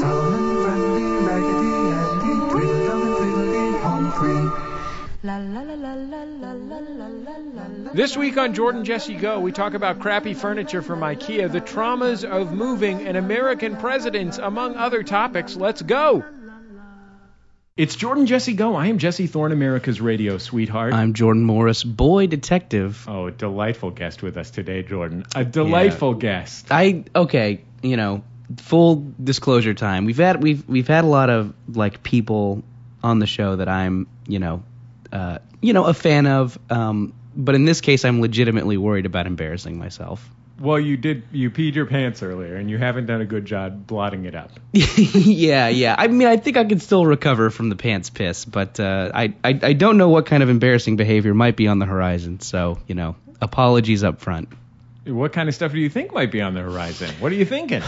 Solomon, Grundy, Raggedy Andy, Tweedledum and Tweedledee, home free. La la la la la la la la la la la. This week on Jordan Jesse Go, we talk about crappy furniture from IKEA, the traumas of moving, and American presidents, among other topics. Let's go! It's Jordan Jesse Go. I am Jesse Thorne, America's radio sweetheart. I'm Jordan Morris, boy detective. oh, a delightful guest with us today, Jordan. A delightful guest. I okay, you know, full disclosure time. We've had we've we've had a lot of like people on the show that I'm, you know, uh, you know, a fan of. Um, but in this case, I'm legitimately worried about embarrassing myself. Well, you did you peed your pants earlier, and you haven't done a good job blotting it up. yeah, yeah. I mean, I think I can still recover from the pants piss, but uh, I, I I don't know what kind of embarrassing behavior might be on the horizon. So you know, apologies up front. What kind of stuff do you think might be on the horizon? What are you thinking?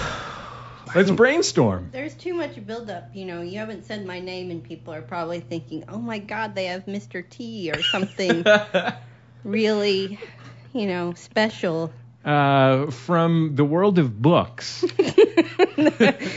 Let's brainstorm. There's too much buildup, you know. You haven't said my name, and people are probably thinking, "Oh my God, they have Mr. T or something really, you know, special." Uh, from the world of books. I,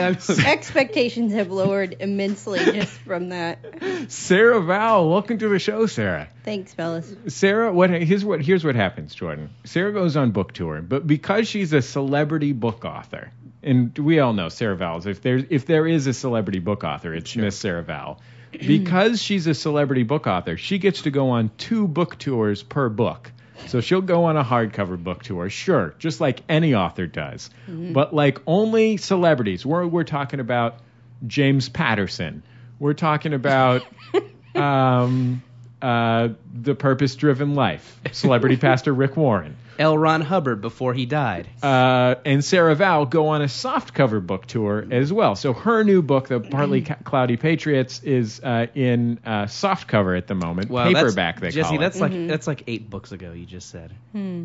I'm Expectations have lowered immensely just from that. Sarah Val, welcome to the show, Sarah. Thanks, fellas. Sarah, what here's what here's what happens, Jordan. Sarah goes on book tour, but because she's a celebrity book author, and we all know Sarah Val's if there's if there is a celebrity book author, it's Miss Sarah Val. Because she's a celebrity book author, she gets to go on two book tours per book. So she'll go on a hardcover book tour, sure, just like any author does. But like only celebrities. We're we're talking about James Patterson. We're talking about um, uh, the Purpose Driven Life, celebrity pastor Rick Warren. L. Ron Hubbard before he died. Uh, and Sarah Val go on a softcover book tour as well. So her new book, The Partly Ca- Cloudy Patriots, is uh, in uh, softcover at the moment, Wow, that's- paperback they Jesse, call it. that's like that's like eight books ago. You just said. The- Mm-hmm.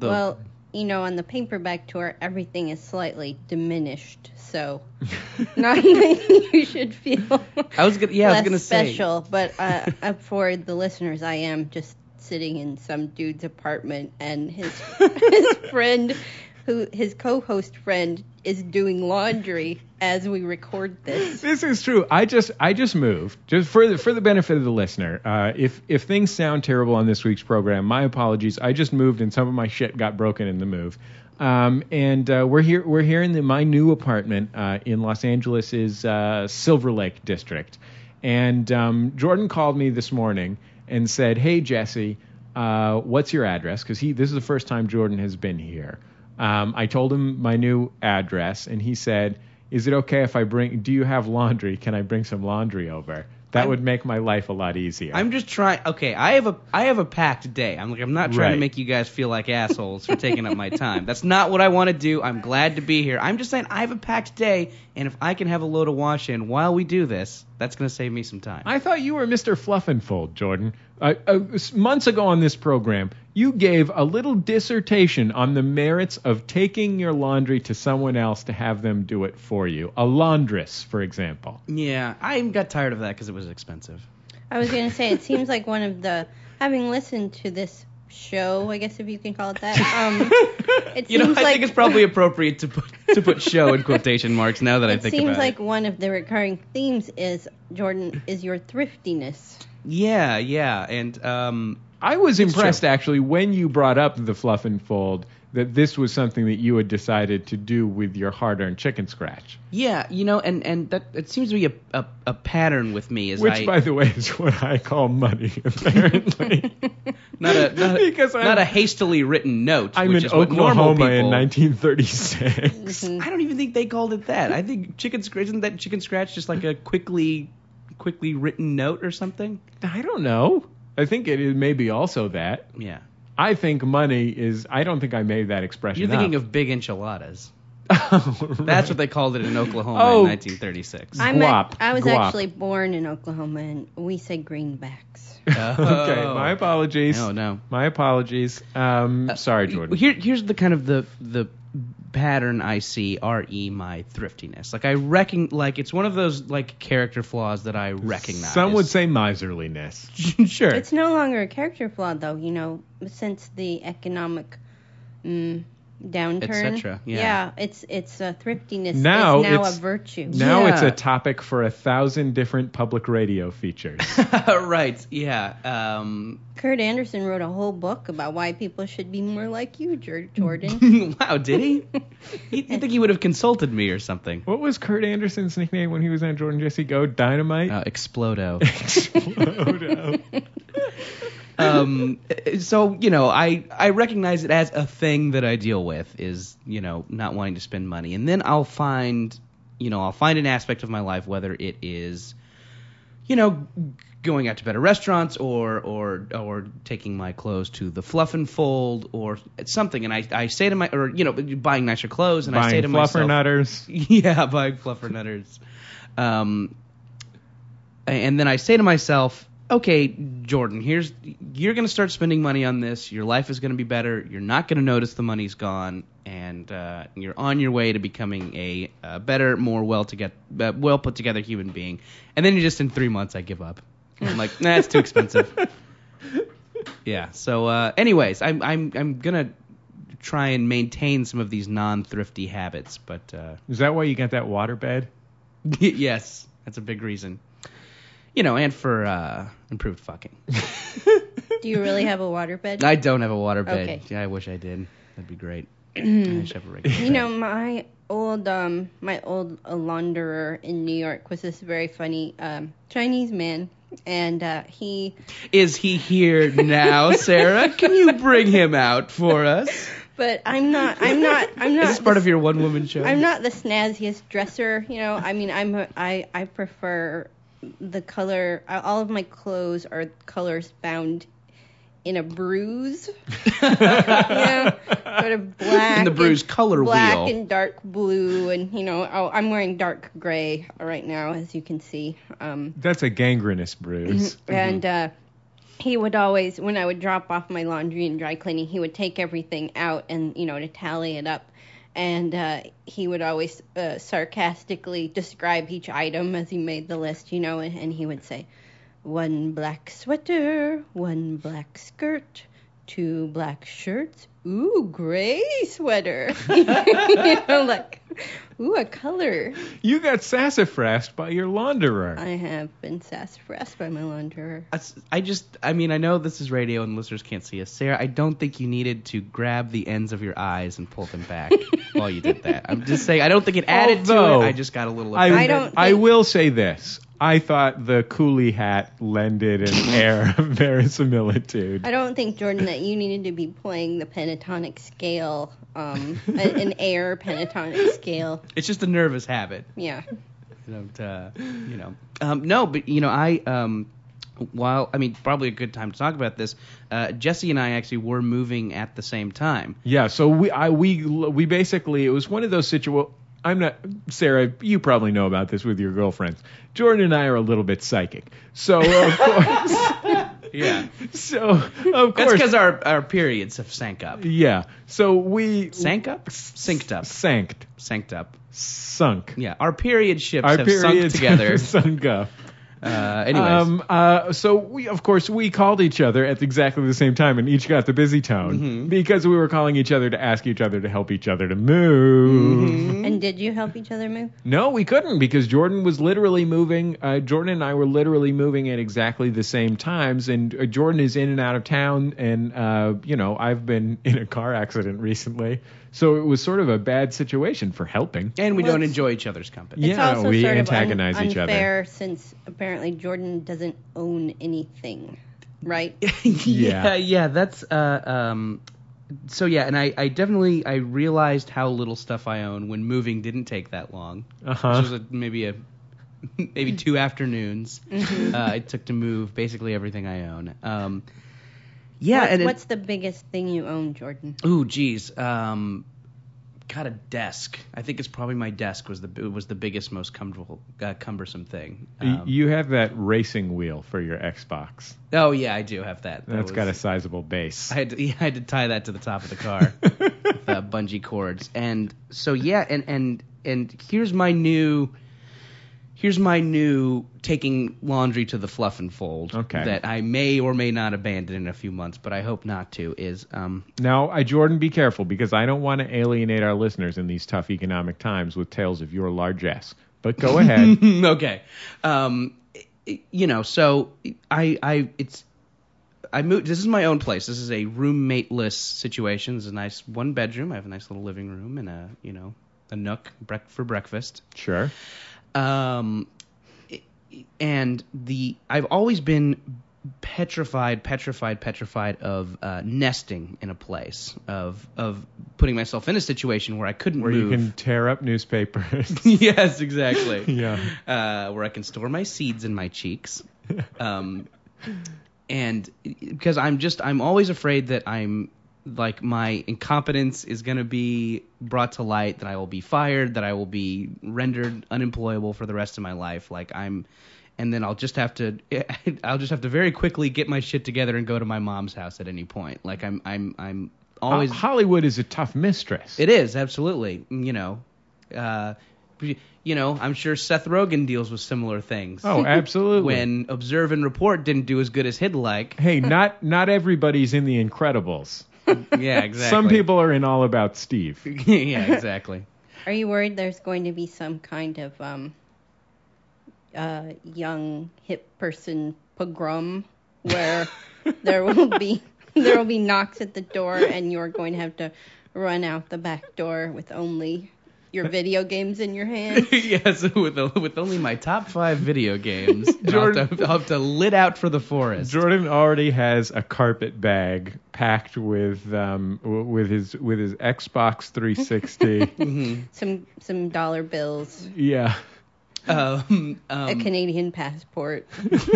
Hmm. Well, you know, on the paperback tour, everything is slightly diminished, so not that you should feel. I was gonna yeah, I was less gonna special, but uh, uh, for the listeners, I am just sitting in some dude's apartment, and his his friend, who his co-host friend, is doing laundry as we record this. This is true. I just I just moved. Just for the, for the benefit of the listener, uh, if if things sound terrible on this week's program, my apologies. I just moved and some of my shit got broken in the move. Um, and uh, we're here we're here in the, my new apartment uh, in Los Angeles is uh, Silver Lake District. And um, Jordan called me this morning and said, "Hey Jesse, uh, what's your address?" Because he this is the first time Jordan has been here. Um, I told him my new address, and he said, "Is it okay if I bring? Do you have laundry? Can I bring some laundry over? That would make my life a lot easier." I'm just trying. Okay, I have a I have a packed day. I'm like I'm not trying Right. to make you guys feel like assholes for taking up my time. That's not what I want to do. I'm glad to be here. I'm just saying I have a packed day, and if I can have a load of wash in while we do this, that's gonna save me some time. I thought you were Mr. Fluffinfold, Jordan. Uh, uh, s- months ago on this program, you gave a little dissertation on the merits of taking your laundry to someone else to have them do it for you. A laundress, for example. yeah, I got tired of that because it was expensive. I was gonna say it seems like one of the having listened to this show, I guess if you can call it that. Um, it You know, seems I like think it's probably appropriate to put to put show in quotation marks now that I It think seems about like it. one of the recurring themes is Jordan is your thriftiness. Yeah, yeah, and um, I was impressed true. actually when you brought up the fluff and fold that this was something that you had decided to do with your hard-earned chicken scratch, yeah, you know, and and that it seems to be a a, a pattern with me is which, I by the way, is what I call money. Apparently, not a not, a- Because I'm- not a hastily written note. I'm in which is what normal Oklahoma in people- Mm-hmm. 1936. I don't even think they called it that. I think chicken scratch isn't that chicken scratch just like a quickly quickly written note or something? I don't know. I think it is maybe also that. Yeah. I think money is. I don't think I made that expression. You're up. thinking of big enchiladas. That's what they called it in Oklahoma Oh. in 1936. I'm Guap, at, I was guap. actually born in Oklahoma, and we say greenbacks. okay, my apologies. uh, oh. No, no. Uh, My apologies. Um, sorry, Jordan. Here, here's the kind of the the pattern I see. Re my thriftiness. Like I reckon. Like it's one of those like character flaws that I recognize. Some would say miserliness. sure. It's no longer a character flaw, though. You know, since the economic mm, downturn, cetera, yeah. it's it's uh, thriftiness Now is now it's- a virtue. Now Yeah. it's a topic for a thousand different public radio features. right. Yeah. Um, Kurt Anderson wrote a whole book about why people should be more like you, Jor- Jordan. wow. Did he? he? You think he would have consulted me or something? what was Kurt Anderson's nickname when he was on Jordan Jesse Go? Dynamite. Uh, Explodo. Explodo. um, so you know, I I recognize it as a thing that I deal with is you know not wanting to spend money, and then I'll find you know I'll find an aspect of my life whether it is you know going out to better restaurants or or or taking my clothes to the fluff and fold or something, and I I say to my or you know buying nicer clothes, and I say Buying to fluffer myself, nutters. yeah, buying fluffernutters. Um, and then I say to myself, okay, Jordan, here's you're gonna start spending money on this. Your life is gonna be better. You're not gonna notice the money's gone, and uh, you're on your way to becoming a, uh better, more well to get, uh, well put together human being. And then you just in three months, I give up. I'm like, nah, it's too expensive. yeah. So, uh, anyways, I'm I'm I'm gonna try and maintain some of these non-thrifty habits, but. Uh, Is that why you got that waterbed? yes, that's a big reason. You know, and for uh, improved fucking. Do you really have a waterbed? I don't have a water bed. Okay. Yeah, I wish I did. That'd be great. I should have a regular You know, my old um my old uh, launderer in New York was this very funny um Chinese man, and uh, he bed. Is he here now, Sarah? Can you bring him out for us? but I'm not I'm not I'm not Is this part of your one woman show? I'm not the snazziest dresser, you know. I mean, I'm a, I I prefer the color. I- All of my clothes are colors bound in a bruise, you know, sort of black. In the bruise and- color black wheel. and dark blue, and you know, oh, I'm wearing dark gray right now, as you can see. Um, That's a gangrenous bruise. Mm-hmm. and uh, he would always, when I would drop off my laundry and dry cleaning, he would take everything out and, you know, to tally it up. And uh, he would always uh, sarcastically describe each item as he made the list, you know, and, and he would say, one black sweater, one black skirt, two black shirts, ooh, gray sweater. you know, like, ooh, a color. You got sassafrased by your launderer. I have been sassafras by my launderer. That's- I just, I mean, I know this is radio and listeners can't see us. Sarah, I don't think you needed to grab the ends of your eyes and pull them back while you did that. I'm just saying, I don't think it added Although, to it. I just got a little. I, offended. I don't I think- will say this. I thought the coolie hat lended an air of verisimilitude. I don't think Jordan that you needed to be playing the pentatonic scale, um, an, an air pentatonic scale. It's just a nervous habit. Yeah. you know, uh, you know. Um, no, but you know, I um, while I mean, probably a good time to talk about this. Uh, Jesse and I actually were moving at the same time. Yeah, so we I we we basically it was one of those situations. I'm not Sarah. You probably know about this with your girlfriends. Jordan and I are a little bit psychic, so of course, Yeah, so of that's course, because our our periods have sank up, yeah. So we sank up, synced up, sank, sanked up. sunk. Yeah, our period ships Our have sunk periods together. sunk up. uh, anyways, Um, uh, so we, of course, we called each other at exactly the same time, and each got the busy tone Mm-hmm. because we were calling each other to ask each other to help each other to move. Mm-hmm. And did you help each other move? No, we couldn't because Jordan was literally moving. Uh, Jordan and I were literally moving at exactly the same times, and uh, Jordan is in and out of town. And uh, you know, I've been in a car accident recently, so it was sort of a bad situation for helping. and we don't let's- enjoy each other's company. It's yeah, also we sort antagonize of un- each other. unfair since apparently Jordan doesn't own anything, right? Yeah. yeah, yeah, that's uh, um, so yeah, and I, I definitely I realized how little stuff I own when moving didn't take that long. Uh-huh. This was a, maybe a maybe two afternoons uh, it took to move basically everything I own. Um, yeah, What- and it- what's the biggest thing you own, Jordan? ooh, geez, um, God, a desk. I think it's probably my desk was the was the biggest, most comfortable, uh, cumbersome thing. Y- Um, you have that racing wheel for your Xbox. oh yeah, I do have that. that That's was- got a sizable base. I had to, yeah, I had to tie that to the top of the car with uh, bungee cords. And so yeah, and and and here's my new here's my new taking laundry to the fluff and fold Okay. that I may or may not abandon in a few months, but I hope not to is um Now, I, Jordan, be careful because I don't want to alienate our listeners in these tough economic times with tales of your largesse. But go ahead. okay. Um, i- i- you know, so I, I, it's, I moved. This is my own place. This is a roommateless situation. This is a nice one bedroom. I have a nice little living room and a, you know, a nook brec- for breakfast. sure. Um, i- i- and the I've always been petrified, petrified, petrified of uh, nesting in a place of of putting myself in a situation where I couldn't Where move. you can tear up newspapers. yes, exactly yeah. uh, where I can store my seeds in my cheeks. Um, and because I'm just, I'm always afraid that I'm like my incompetence is going to be brought to light, that I will be fired, that I will be rendered unemployable for the rest of my life. Like I'm, and then I'll just have to, I'll just have to very quickly get my shit together and go to my mom's house at any point. Like I'm, I'm, I'm always. Ho- Hollywood is a tough mistress. It is absolutely, Mm, you know, uh, you know. I'm sure Seth Rogen deals with similar things. Oh, absolutely. when Observe and Report didn't do as good as he'd like. hey, not not everybody's in the Incredibles. Yeah, exactly. Some people are in All About Steve. yeah, exactly. Are you worried there's going to be some kind of um, uh, young hip person pogrom where there will be there will be knocks at the door and you're going to have to run out the back door with only your video games in your hand? yes, with with only my top five video games, and I'll, Jordan- have to, I'll have to lit out for the forest. Jordan already has a carpet bag packed with um w- with his with his Xbox 360. Some some dollar bills, yeah. Um, um, a Canadian passport.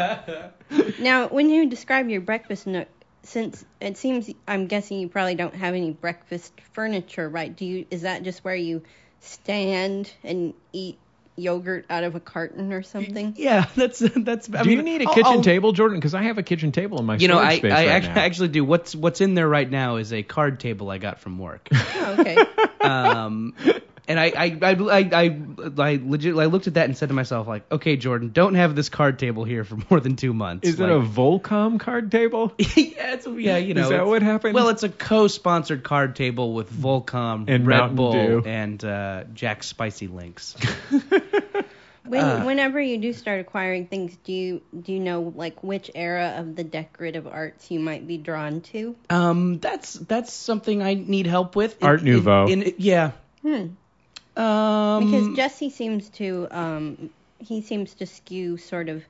now, when you describe your breakfast nook, since it seems I'm guessing you probably don't have any breakfast furniture, right? Do you is that just where you stand and eat yogurt out of a carton or something? yeah, that's that's. I Do mean, you need a I'll- kitchen I'll- table, Jordan? Because I have a kitchen table in my You know, storage I, space I right act- now. actually do. What's what's in there right now is a card table I got from work. Oh, okay. um, and I I, I, I, I, I legit I looked at that and said to myself like, okay, Jordan, don't have this card table here for more than two months. Is it a like, Volcom card table? yeah, it's, yeah, you know. that it's- what happened? Well, it's a co-sponsored card table with Volcom, And Red Mountain Bull, Dew. and uh, Jack's Spicy Links. When, whenever you do start acquiring things, do you do you know like which era of the decorative arts you might be drawn to? um, that's that's something I need help with. Art Nouveau. In, yeah. Hmm. Um, Because Jesse seems to um he seems to skew sort of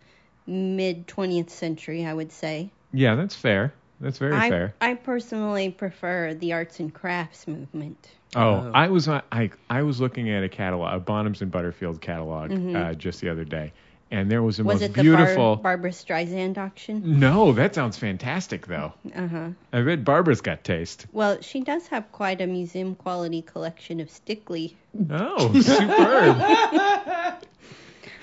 mid 20th century, I would say. Yeah, that's fair. That's very I fair. I personally prefer the arts and crafts movement. Oh, I was on- I I was looking at a catalog, a Bonhams and Butterfield catalog, uh, just the other day, and there was the Mm-hmm. Was most it the beautiful. Bar- Barbara Streisand auction? no, that sounds fantastic though. Uh-huh. I bet Barbara's got taste. Well, she does have quite a museum quality collection of Stickley. Oh, superb!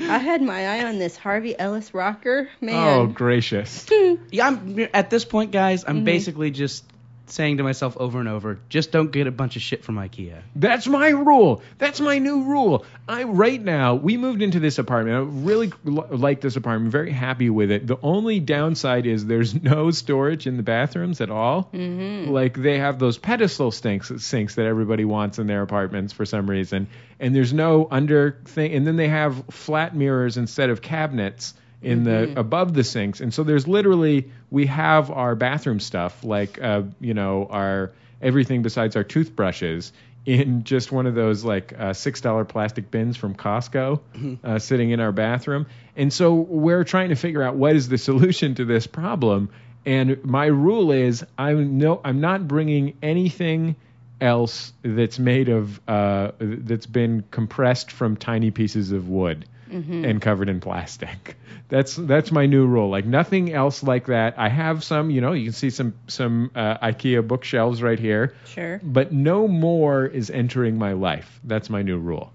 I had my eye on this Harvey Ellis rocker, oh, man. gracious! yeah, I'm at this point, guys. I'm basically just saying to myself over and over, just don't get a bunch of shit from IKEA. That's my rule. That's my new rule. I right now we moved into this apartment. I really li- like this apartment. Very happy with it. The only downside is there's no storage in the bathrooms at all. Mm-hmm. Like they have those pedestal sinks sinks that everybody wants in their apartments for some reason, and there's no under thing. And then they have flat mirrors instead of cabinets in the above the sinks. And so there's literally we have our bathroom stuff like uh, you know our everything besides our toothbrushes in just one of those like uh, six dollar plastic bins from Costco, uh, sitting in our bathroom. And so we're trying to figure out what is the solution to this problem. And my rule is I'm no I'm not bringing anything else that's made of uh, that's been compressed from tiny pieces of wood. and covered in plastic. That's that's my new rule. Like nothing else like that. I have some, you know, you can see some some uh, IKEA bookshelves right here, Sure. but no more is entering my life. That's my new rule.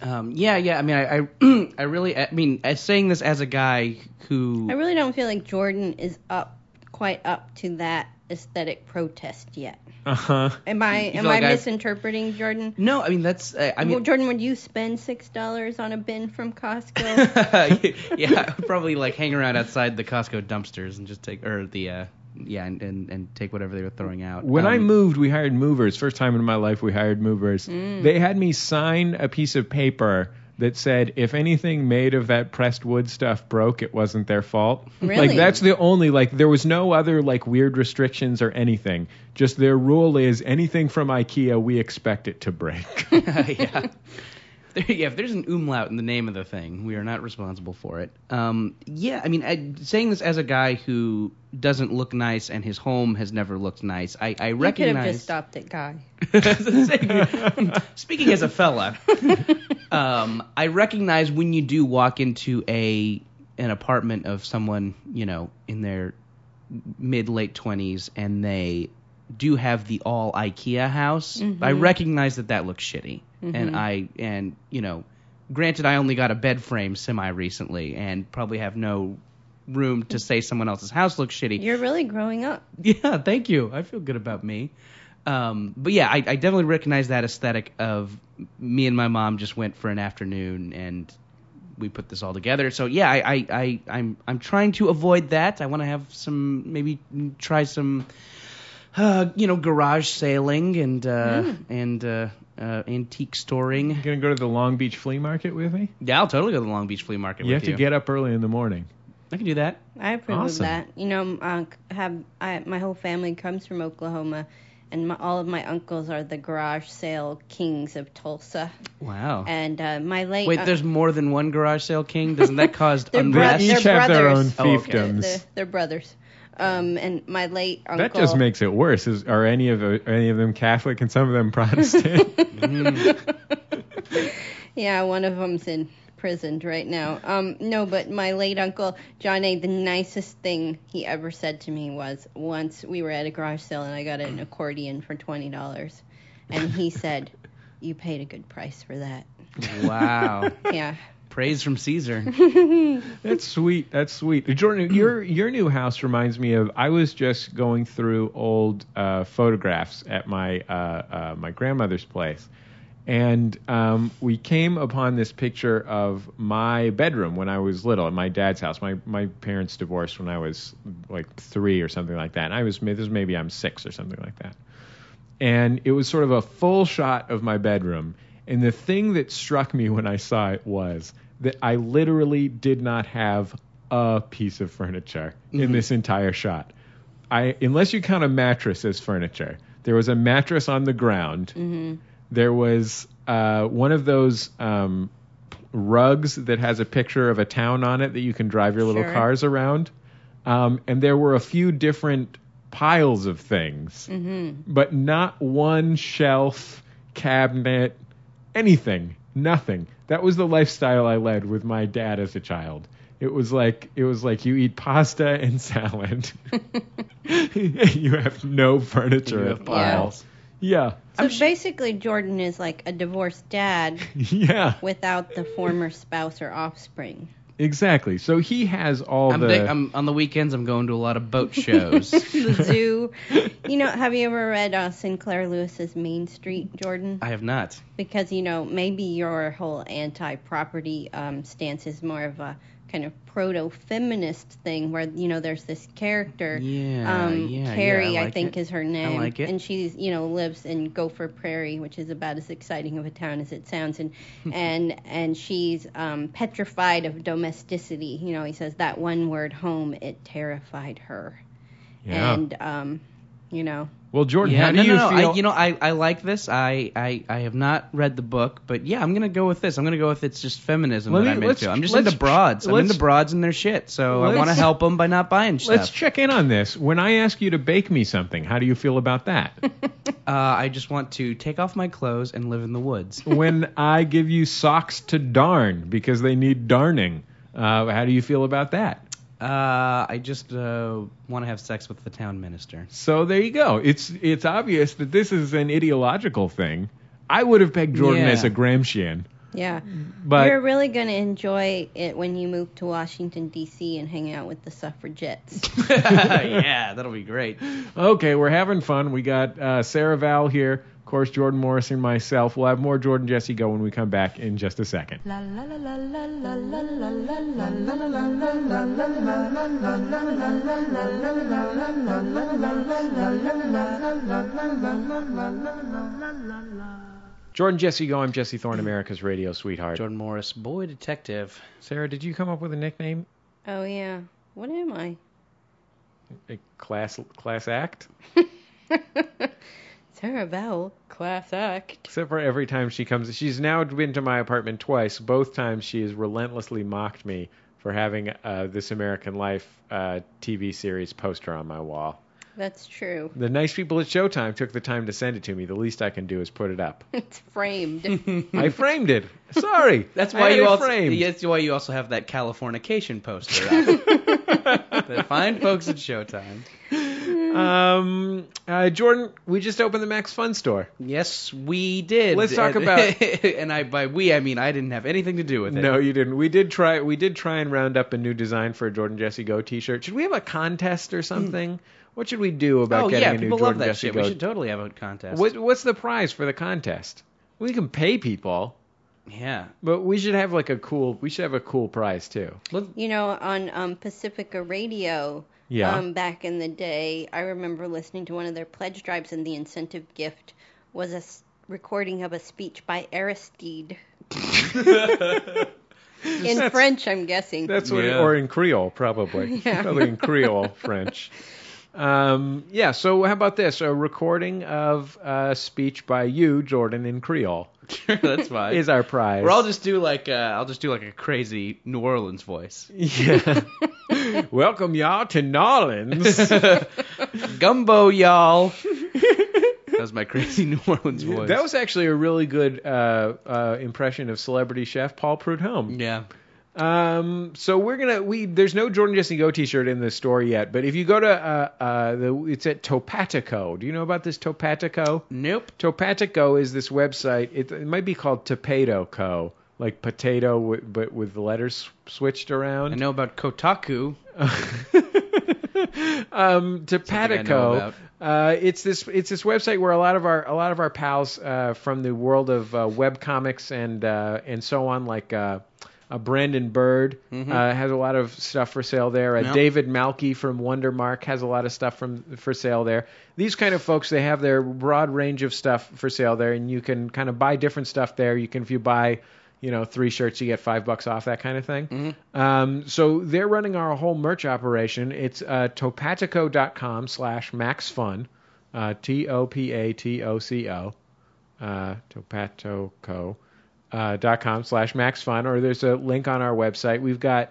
Um, yeah, yeah. I mean, I, I, I really, I mean, as saying this as a guy who, I really don't feel like Jordan is up quite up to that aesthetic protest yet. Uh huh. Am I You am feel like I I've- misinterpreting Jordan? no, I mean, that's, uh, I well, mean, Jordan, would you spend six dollars on a bin from Costco? yeah, I would probably like hang around outside the Costco dumpsters and just take, or the, uh, yeah, and, and, and take whatever they were throwing out. When I Um, moved, we hired movers. First time in my life, we hired movers. They had me sign a piece of paper that said, if anything made of that pressed wood stuff broke, it wasn't their fault. Really? Like, that's the only, like, there was no other, like, weird restrictions or anything. Just their rule is anything from IKEA, we expect it to break. yeah. There, yeah, if there's an umlaut in the name of the thing, we are not responsible for it. Um, yeah, I mean, I, saying this as a guy who doesn't look nice and his home has never looked nice, I, I you could have just recognize. stopped at Guy. Speaking as a fella, um, I recognize when you do walk into a an apartment of someone you know in their mid late twenties and they do have the all IKEA house. I recognize that that looks shitty, and I and you know, granted, I only got a bed frame semi recently and probably have no room to say someone else's house looks shitty. You're really growing up. Yeah, thank you. I feel good about me. Um, but yeah, I, I definitely recognize that aesthetic of me and my mom just went for an afternoon and we put this all together. So yeah, I, I, I I'm I'm trying to avoid that. I want to have some maybe try some uh, you know garage sailing and uh, and uh, uh, antique storing. you going to go to the Long Beach flea market with me? Yeah, I'll totally go to the Long Beach flea market You have with to you. get up early in the morning. I can do that. I approve Awesome. of that. You know, uh, have I, my whole family comes from Oklahoma, and my, all of my uncles are the garage sale kings of Tulsa. Wow. And uh, my late Wait, un- there's more than one garage sale king. Doesn't that cause They're unrest? bro- They they're each have their own brothers. Oh, okay. fiefdoms. they're, they're brothers. Um, and my late uncle. That just makes it worse. Is, are any of are any of them Catholic and some of them Protestant? Yeah, one of them's in prison right now. Um, no, but my late uncle John A. The nicest thing he ever said to me was once we were at a garage sale and I got an accordion for twenty dollars, and he said, "You paid a good price for that." Wow. Yeah, Praise from Caesar. That's sweet. That's sweet. Jordan, your your new house reminds me of. I was just going through old uh, photographs at my uh, uh, my grandmother's place, and um, we came upon this picture of my bedroom when I was little at my dad's house. My my parents divorced when I was like three or something like that. And I was this is maybe I'm six or something like that. and it was sort of a full shot of my bedroom. And the thing that struck me when I saw it was that I literally did not have a piece of furniture in this entire shot. I, unless you count a mattress as furniture, there was a mattress on the ground. There was uh, one of those um, rugs that has a picture of a town on it that you can drive your little Sure. cars around. Um, and there were a few different piles of things but not one shelf, cabinet, anything, nothing. That was the lifestyle I led with my dad as a child. It was like it was like you eat pasta and salad. you have no furniture You have at piles. all. Yeah. so basically Jordan is like a divorced dad Yeah. without the former spouse or offspring. Exactly. So he has all I'm, the big, I'm on the weekends. I'm going to a lot of boat shows. The zoo. you know, have you ever read uh, Sinclair Lewis's Main Street, Jordan? I have not. because you know maybe your whole anti-property um, stance is more of a kind of proto-feminist thing where you know there's this character Yeah, um, yeah, yeah, I Carrie I like think it. is her name like it. and she's you know lives in Gopher Prairie which is about as exciting of a town as it sounds and and and she's um, petrified of domesticity you know he says that one word home it terrified her yeah. and um, you know Well, Jordan, Yeah, how do no, you no, no. feel? I, you know, I, I like this. I, I, I have not read the book, but yeah, I'm gonna go with this. I'm gonna go with it's just feminism Let that me- I'm let's- into. I'm just let's- into broads. I'm let's- into broads and their shit. So I Let's- want to help them by not buying stuff. Let's check in on this. When I ask you to bake me something, how do you feel about that? Uh, I just want to take off my clothes and live in the woods. when I give you socks to darn because they need darning, uh, how do you feel about that? Uh, I just uh, want to have sex with the town minister. So there you go. It's it's obvious that this is an ideological thing. I would have pegged Jordan Yeah. as a Gramscian, Yeah. but You're really going to enjoy it when you move to Washington, D.C. and hang out with the suffragettes. yeah, that'll be great. okay, we're having fun. We got uh, Sarah Val here, of course, Jordan Morris and myself. We'll have more Jordan Jesse go when we come back in just a second. La la la la la la la la la la la la la. Jordan Jesse go. I'm Jesse Thorne, America's radio sweetheart. Jordan Morris, boy detective. Sarah, did you come up with a nickname? oh, yeah. What am I? A class class act? Sarah Bell, class act. Except for every time she comes, she's now been to my apartment twice. Both times she has relentlessly mocked me for having uh, this American Life uh, TV series poster on my wall. That's true. The nice people at Showtime took the time to send it to me. The least I can do is put it up. It's framed. I framed it. Sorry. That's I why had you it also. framed. yeah, That's why you also have that Californication poster. Out. the fine folks at Showtime. Um, uh, Jordan, we just opened the Max Fun store. Yes, we did. Let's talk And- about- and I by we I mean I didn't have anything to do with it. No, you didn't. We did try. We did try and round up a new design for a Jordan Jesse Go T-shirt. Should we have a contest or something? What should we do about Hmm. Oh getting yeah, a new people love Jordan that Jesse shit. Go We should totally have a contest. What, what's the prize for the contest? We can pay people, Yeah. but we should have like a cool. We should have a cool prize too. you know, on um, Pacifica Radio, Yeah. um, back in the day, I remember listening to one of their pledge drives, and the incentive gift was a s- recording of a speech by Aristide. in French, I'm guessing. That's what, Yeah. or in Creole probably. Yeah. Probably in Creole French. Um, yeah. So how about this? A recording of a speech by you, Jordan, in Creole Sure, that's fine. is our prize. Or I'll just do like uh, I'll just do like a crazy New Orleans voice. yeah. Welcome y'all to Nolans. Gumbo, y'all. that was my crazy New Orleans voice. that was actually a really good uh, uh, impression of celebrity chef Paul Prudhomme. yeah. Um, so we're gonna we there's no Jordan Jesse Go T-shirt in the store yet, but if you go to uh, uh the it's at Topatico. Do you know about this Topatico? Nope. Topatico is this website. It, it might be called Topato Co. Like potato, wi- but with the letters switched I around. know about Kotaku. um, I know Topatico. about. Uh, it's this it's this website where a lot of our a lot of our pals uh, from the world of uh, web comics and uh, and so on, like uh, uh, Brandon Bird uh, has a lot of stuff for sale there. Uh, Mm-hmm. Yeah. David Malky from Wondermark has a lot of stuff from for sale there. These kind of folks they have their broad range of stuff for sale there, and you can kind of buy different stuff there. You can if you buy you know three shirts you get five bucks off that kind of thing um, so they're running our whole merch operation it's uh, topatico.com slash maxfun uh, t-o-p-a-t-o-c-o uh, topatoco uh, dot com slash maxfun or there's a link on our website we've got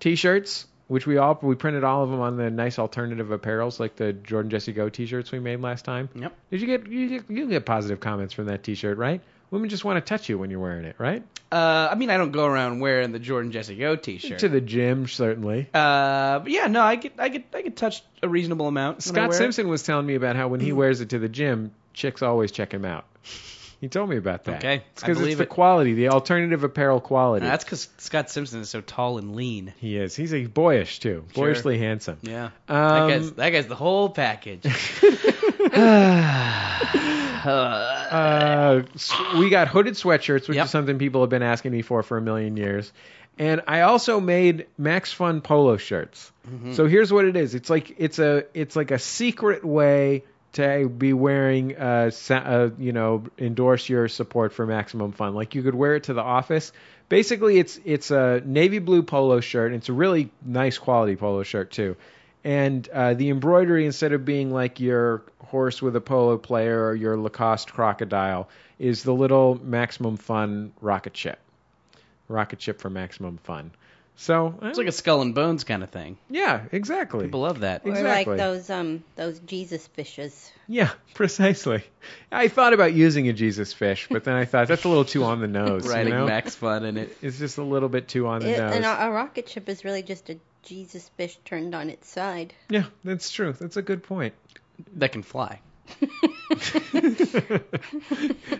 t-shirts which we all we printed all of them on the nice alternative apparels like the jordan jesse go t-shirts we made last time Yep. did you get you get, you get positive comments from that t-shirt right women just want to touch you when you're wearing it right Uh, I mean, I don't go around wearing the Jordan Jesse Go T-shirt. to the gym certainly Uh, but yeah, no, I get, I get, I get touched a reasonable amount. when I Scott wear it. Mm. Simpson was telling me about how when he wears it to the gym, chicks always check him out. He told me about that. Okay, it's I because it's believe the it. quality, the alternative apparel quality. That's because Scott Simpson is so tall and lean. he is. He's a boyish too, Sure. boyishly handsome. Yeah, Um, that guy's, that guy's the whole package. Uh, s- we got hooded sweatshirts, which Yep. is something people have been asking me for for a million years. And I also made Max Fun polo shirts. So here's what it is. It's like it's a it's like a secret way to be wearing uh, sa- uh you know endorse your support for Maximum Fun. Like you could wear it to the office. Basically, it's it's a navy blue polo shirt. And it's a really nice quality polo shirt too. And uh, the embroidery, instead of being like your horse with a polo player or your Lacoste crocodile, is the little Maximum Fun rocket ship. Rocket ship for Maximum Fun. So, uh, It's like a skull and bones kind of thing. yeah, exactly. People love that. Or Exactly. like those um those Jesus fishes. Yeah, precisely. I thought about using a Jesus fish, but then I thought that's a little too on the nose. you Writing know? Max Fun in it. It's just a little bit too on the It- nose. and a, a rocket ship is really just a Jesus fish turned on its side. Yeah, that's true. That's a good point. That can fly.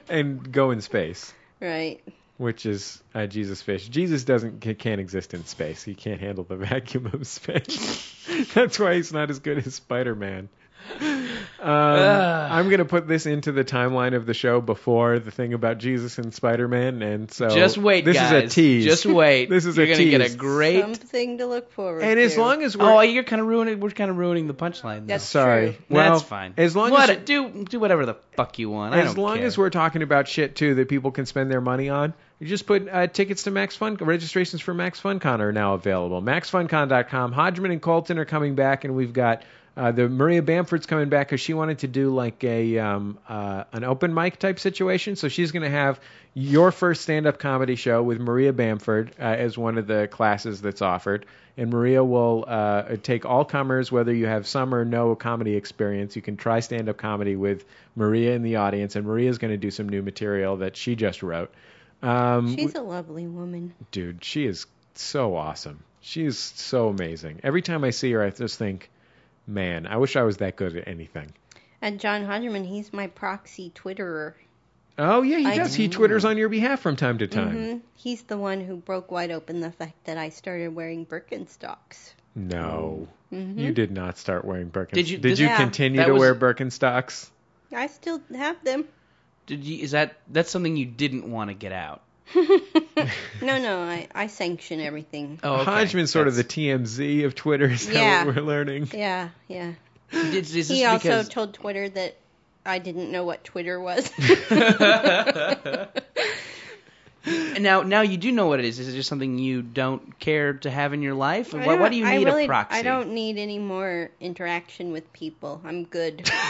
and go in space, Right. which is uh, Jesus fish. Jesus doesn't ca- can't exist in space. He can't handle the vacuum of space. that's why he's not as good as Spider Man. Um, I'm gonna put this into the timeline of the show before the thing about Jesus and Spider-Man, and so Just wait, Oh, This guys. is a tease. Just wait. This is You're a gonna get a tease. great. Something to look forward And to. as long as we're Oh, you're kind of ruining. We're kind of ruining the punchline. Though. That's Sorry. True. Well, That's fine. As long What- as do do whatever the fuck you want. I as don't long care. as we're talking about shit too that people can spend their money on, you just put uh, tickets to Max Fun registrations for Max FunCon are now available. MaxFunCon.com. Hodgman and Colton are coming back, and we've got. Uh, the Maria Bamford's coming back because she wanted to do like a um, uh, an open mic type situation, so she's going to have your first stand up comedy show with Maria Bamford uh, as one of the classes that's offered, and Maria will uh, take all comers, whether you have some or no comedy experience. You can try stand up comedy with Maria in the audience, and Maria's going to do some new material that she just wrote. Um, She's a lovely woman. dude, she is so awesome. She is so amazing. Every time I see her, I just think, man, I wish I was that good at anything. And John Hodgman, he's my proxy Twitterer. Oh yeah, he I- does. He twitters on your behalf from time to time. Mhm. He's the one who broke wide open the fact that I started wearing Birkenstocks. Mm-hmm. No, you did not start wearing Birkenstocks. Hmm? Did you- Did this- you Yeah. continue That to was- wear Birkenstocks? I still have them. Did you, is that that's something you didn't want to get out? No, no, I, I sanction everything. Oh, okay. Hodgman's sort of the TMZ of Twitter. Is that Yeah. what we're learning? Yeah, yeah. That's- Is, is this He also because told Twitter that I didn't know what Twitter was. now now you do know what it is. Is it just something you don't care to have in your life? I Why, why don't- do you I need really- a proxy? I don't need any more interaction with people. I'm good.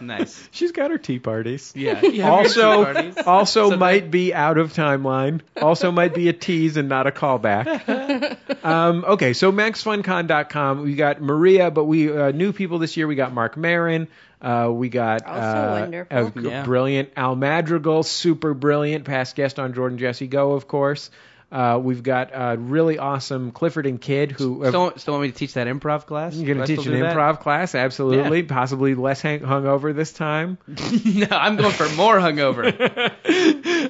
Nice. She's got her tea parties. Yeah. You have your tea Also, parties. also So might be out of timeline. Also might be a tease and not a callback. um, okay, so maxfuncon.com. We got Maria, but we uh, new people this year. We got Mark Marin. Uh, we got Also uh, wonderful. a g- Yeah. brilliant Al Madrigal, super brilliant past guest on Jordan Jesse Go, of course. Uh, we've got uh, really awesome Clifford and Kid, who have- still, still want me to teach that improv class? you're Do I going to uh, teach still an do that? improv class, absolutely. Possibly less hang- hungover this time. no, I'm going for more hungover.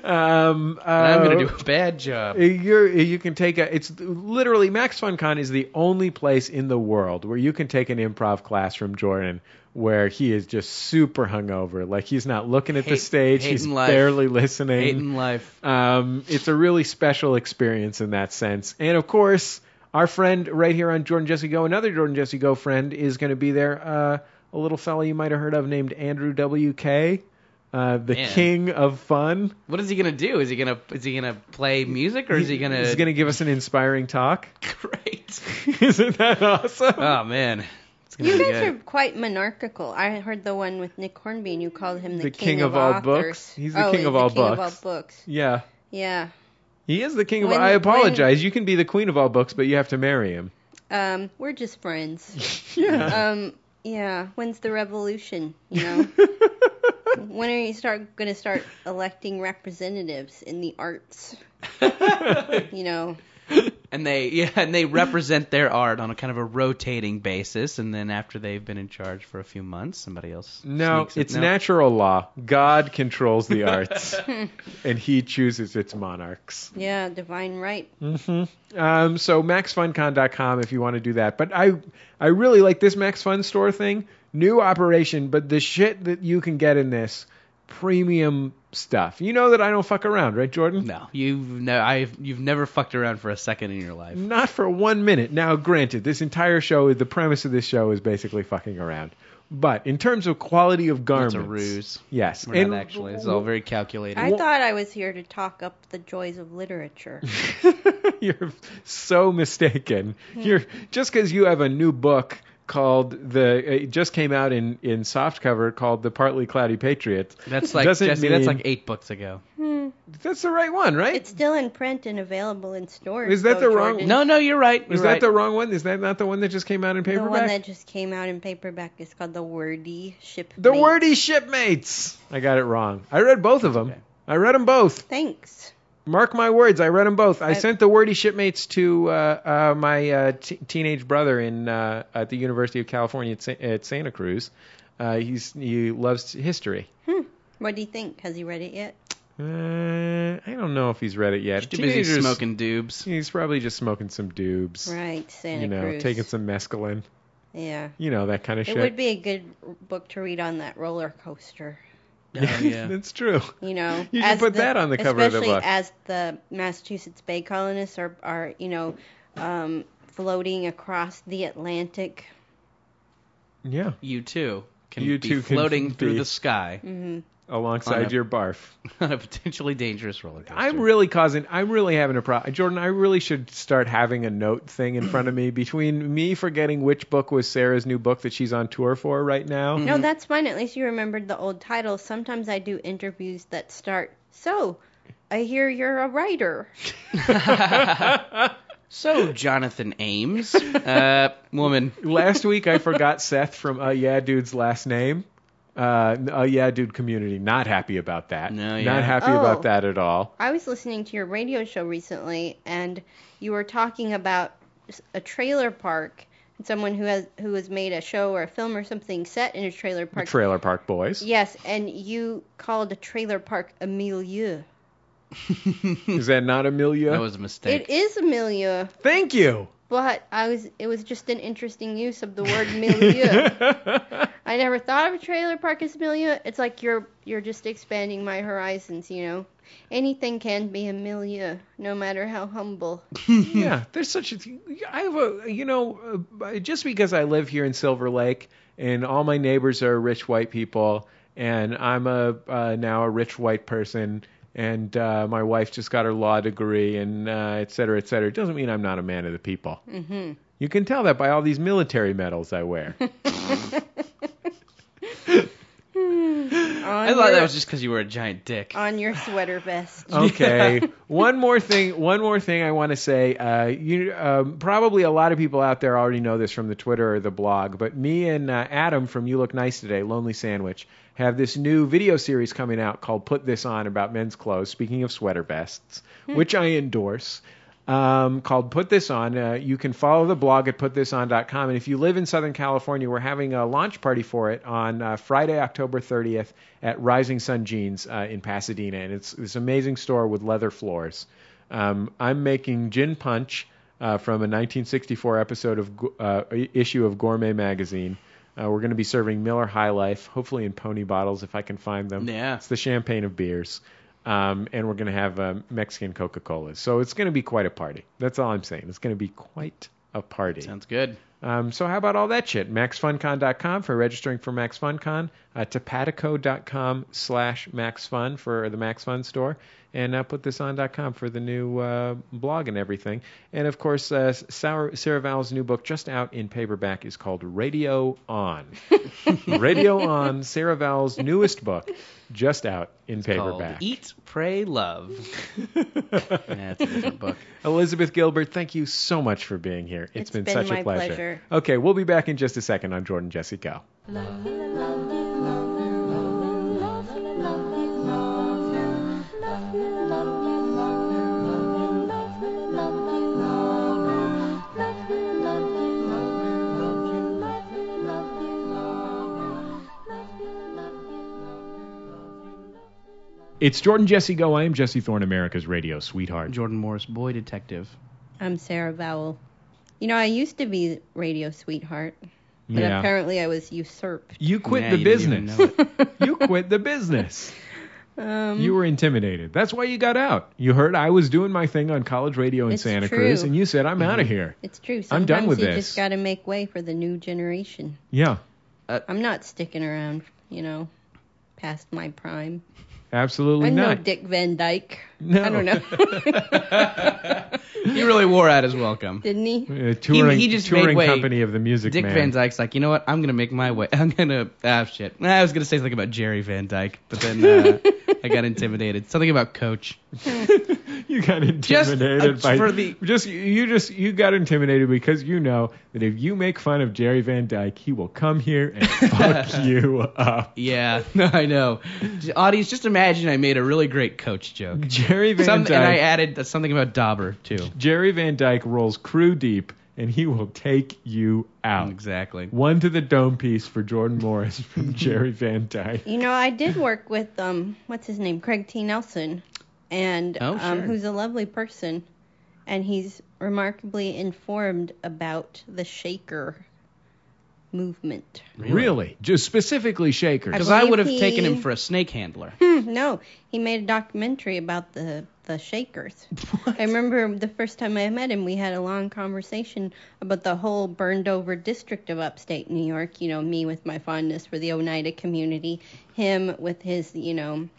Um, uh, I'm going to do a bad job. You're, you can take a. It's literally Max FunCon is the only place in the world where you can take an improv class from Jordan, where he is just super hungover. Like he's not looking at the Hate- stage. hating He's life. barely listening. Hating life. Um, it's a really special experience in that sense. And of course, our friend right here on Jordan Jesse Go, another Jordan Jesse Go friend, is going to be there. Uh, a little fellow you might have heard of named Andrew WK, uh, the Man. king of fun. What is he going to do? Is he going to is he going to play music or is he going He's going to give us an inspiring talk. great? Isn't that awesome? Oh man. It's gonna You be guys good. are quite monarchical. I heard the one with Nick Hornby, and you called him the, The king of all authors. books? He's the Oh, king of all king books. of all books. yeah. Yeah. He is the king of When- I apologize. You can be the queen of all books, but you have to marry him. Um, we're just friends. Yeah. um, yeah. When's the revolution? You know. when are you start going to start electing representatives in the arts? you know. and they yeah, and they represent their art on a kind of a rotating basis, and then after they've been in charge for a few months, somebody else. no, sneaks in. it's natural law. God controls the arts, and he chooses its monarchs. Yeah, divine right. Um, so maxfuncon.com if you want to do that. But I I really like this Max Fun Store thing. New operation, but the shit that you can get in this premium stuff. You know that I don't fuck around, right, Jordan? No, you've no, I've you've never fucked around for a second in your life. Not for one minute. Now, granted, this entire show, the premise of this show is basically fucking around. But in terms of quality of garments, It's a ruse. Yes, We're not actually. It's all very calculated. Mm-hmm. I thought I was here to talk up the joys of literature. you're so mistaken. You're just because you have a new book called the. It just came out in in softcover called the Partly Cloudy Patriots. That's like Doesn't Jesse. That's mean- like eight books ago. That's the right one, right? It's still in print and available in stores. Is that though, the wrong- Jordan. No, no, you're right. Is you're that right. the wrong one? Is that not the one that just came out in The paperback? one that just came out in paperback is called the Wordy Ship. The wordy shipmates. I got it wrong. I read both of them. I read them both. Thanks. Mark my words. I read them both. I, I- sent the wordy shipmates to uh, uh, my uh, t- teenage brother in uh, at the University of California at, Sa- at Santa Cruz. Uh, he's he loves history. What do you think? Has he read it yet? Uh, I don't know if he's read it yet. Too busy Teenagers- smoking dubs. Oh, He's probably just smoking some doobs. Right, Santa You know, Cruz. taking some mescaline. Yeah. You know that kind of It shit. would be a good book to read on that roller coaster. Oh, yeah. that's true. You know, You should put that on the cover of the especially book. as the Massachusetts Bay colonists are, are you know, um, floating across the Atlantic. Yeah, You too can You be too can floating be- through the sky Mm-hmm. alongside On a- your barf. on a potentially dangerous roller coaster. I'm really causing. I'm really having a problem. Jordan, I really should start having a note thing in front of me between me forgetting which book was Sarah's new book that she's on tour for right now. No, that's fine. At least you remembered the old titles. Sometimes I do interviews that start. So, I hear you're a writer. so Jonathan Ames, uh, woman. Last week I forgot Seth from Uh Yeah Dude's last name. Uh, uh Yeah Dude community not happy about that. No, yeah. Not happy Oh. about that at all. I was listening to your radio show recently, and you were talking about s- a trailer park and someone who has who has made a show or a film or something set in a trailer The park. Trailer Park Boys. yes, and you called a trailer park a milieu. Is that not Amelia? That was a mistake. It is a milieu, Thank you. but I was it was just an interesting use of the word milieu. I never thought of a trailer park as a milieu. It's like you're you're just expanding my horizons, you know. Anything can be a milieu, no matter how humble. Yeah, there's such a. thing- I have a. You know, uh, just because I live here in Silver Lake and all my neighbors are rich white people, and I'm a uh, now a rich white person, and uh, my wife just got her law degree, and uh, et cetera, et cetera, doesn't mean I'm not a man of the people. Mm-hmm. You can tell that by all these military medals I wear. I thought that was just because you were a giant dick. on your sweater vest. Oh. Okay. one more thing. One more thing I want to say. Uh, you um, probably a lot of people out there already know this from the Twitter or the blog, but me and uh, Adam from You Look Nice Today, Lonely Sandwich, have this new video series coming out called "Put This On" about men's clothes. Speaking of sweater vests, which I endorse. Um, called Put This On. Uh, you can follow the blog at putthison.com. And if you live in Southern California, we're having a launch party for it on uh, Friday, October 30th at Rising Sun Jeans uh, in Pasadena. And it's this amazing store with leather floors. Um, I'm making gin punch uh, from a 1964 episode of Gu- uh, issue of Gourmet magazine. Uh, we're going to be serving Miller High Life, hopefully in pony bottles if I can find them. Yeah. It's the champagne of beers. Um, and we're going to have um, Mexican Coca Cola. So it's going to be quite a party. That's all I'm saying. It's going to be quite a party. Sounds good. Um, so how about all that shit? MaxFunCon.com for registering for MaxFunCon, uh, Topatico.com slash MaxFun for the MaxFun store, and uh, PutThisOn.com for the new uh, blog and everything. And of course, uh, Sarah, Sarah Vowell's new book just out in paperback is called Radio On. Radio On, Sarah Vowell's newest book, just out in Called E paperback. Eat, Pray, Love. That's a different book. Elizabeth Gilbert, thank you so much for being here. It's it's been, been such my a pleasure. pleasure. Okay, we'll be back in just a second on Jordan Jesse Go. It's Jordan Jesse Go. I am Jesse Thorne, America's radio sweetheart. Jordan Morris, boy detective. I'm Sarah Vowell. You know, I used to be radio sweetheart, but Yeah. apparently I was usurped. You quit Yeah, the you didn't even business. know it. you quit the business. Um, you were intimidated. That's why you got out. You heard I was doing my thing on college radio in It's Santa true. Cruz, and you said, I'm out of Mm-hmm. here. It's true. Sometimes I'm done with you this. just got to make way for the new generation. Yeah, I'm not sticking around, you know, past my prime. absolutely I'm no not. Dick Van Dyke. No. I don't know. He really wore out his welcome. Didn't he? A touring, He- he just touring made way. company of the music Dick man. Van Dyke's like, you know what? I'm gonna make my way. I'm gonna ah shit. I was gonna say something about Jerry Van Dyke, but then uh, I got intimidated. Something about Coach. You got Just, uh, intimidated by for the- just you just you got intimidated because you know that if you make fun of Jerry Van Dyke, he will come here and fuck you up. Yeah, no, I know. J- Audience, just imagine I made a really great Coach joke. Jerry Van Some, and Dyke. I added something about Dauber too. Jerry Van Dyke rolls crew deep, and he will take you out. Exactly. One to the dome piece for Jordan Morris from Jerry Van Dyke. You know, I did work with um, what's his name, Craig T. Nelson, and Oh, um, sure. who's a lovely person, and he's remarkably informed about the Shaker movement. Really? Just specifically Shakers. I Because I believe would have he- taken him for a snake handler. no, he made a documentary about the the Shakers. I remember the first time I met him, we had a long conversation about the whole burned over district of upstate New York. You know, me with my fondness for the Oneida community, him with his, you know,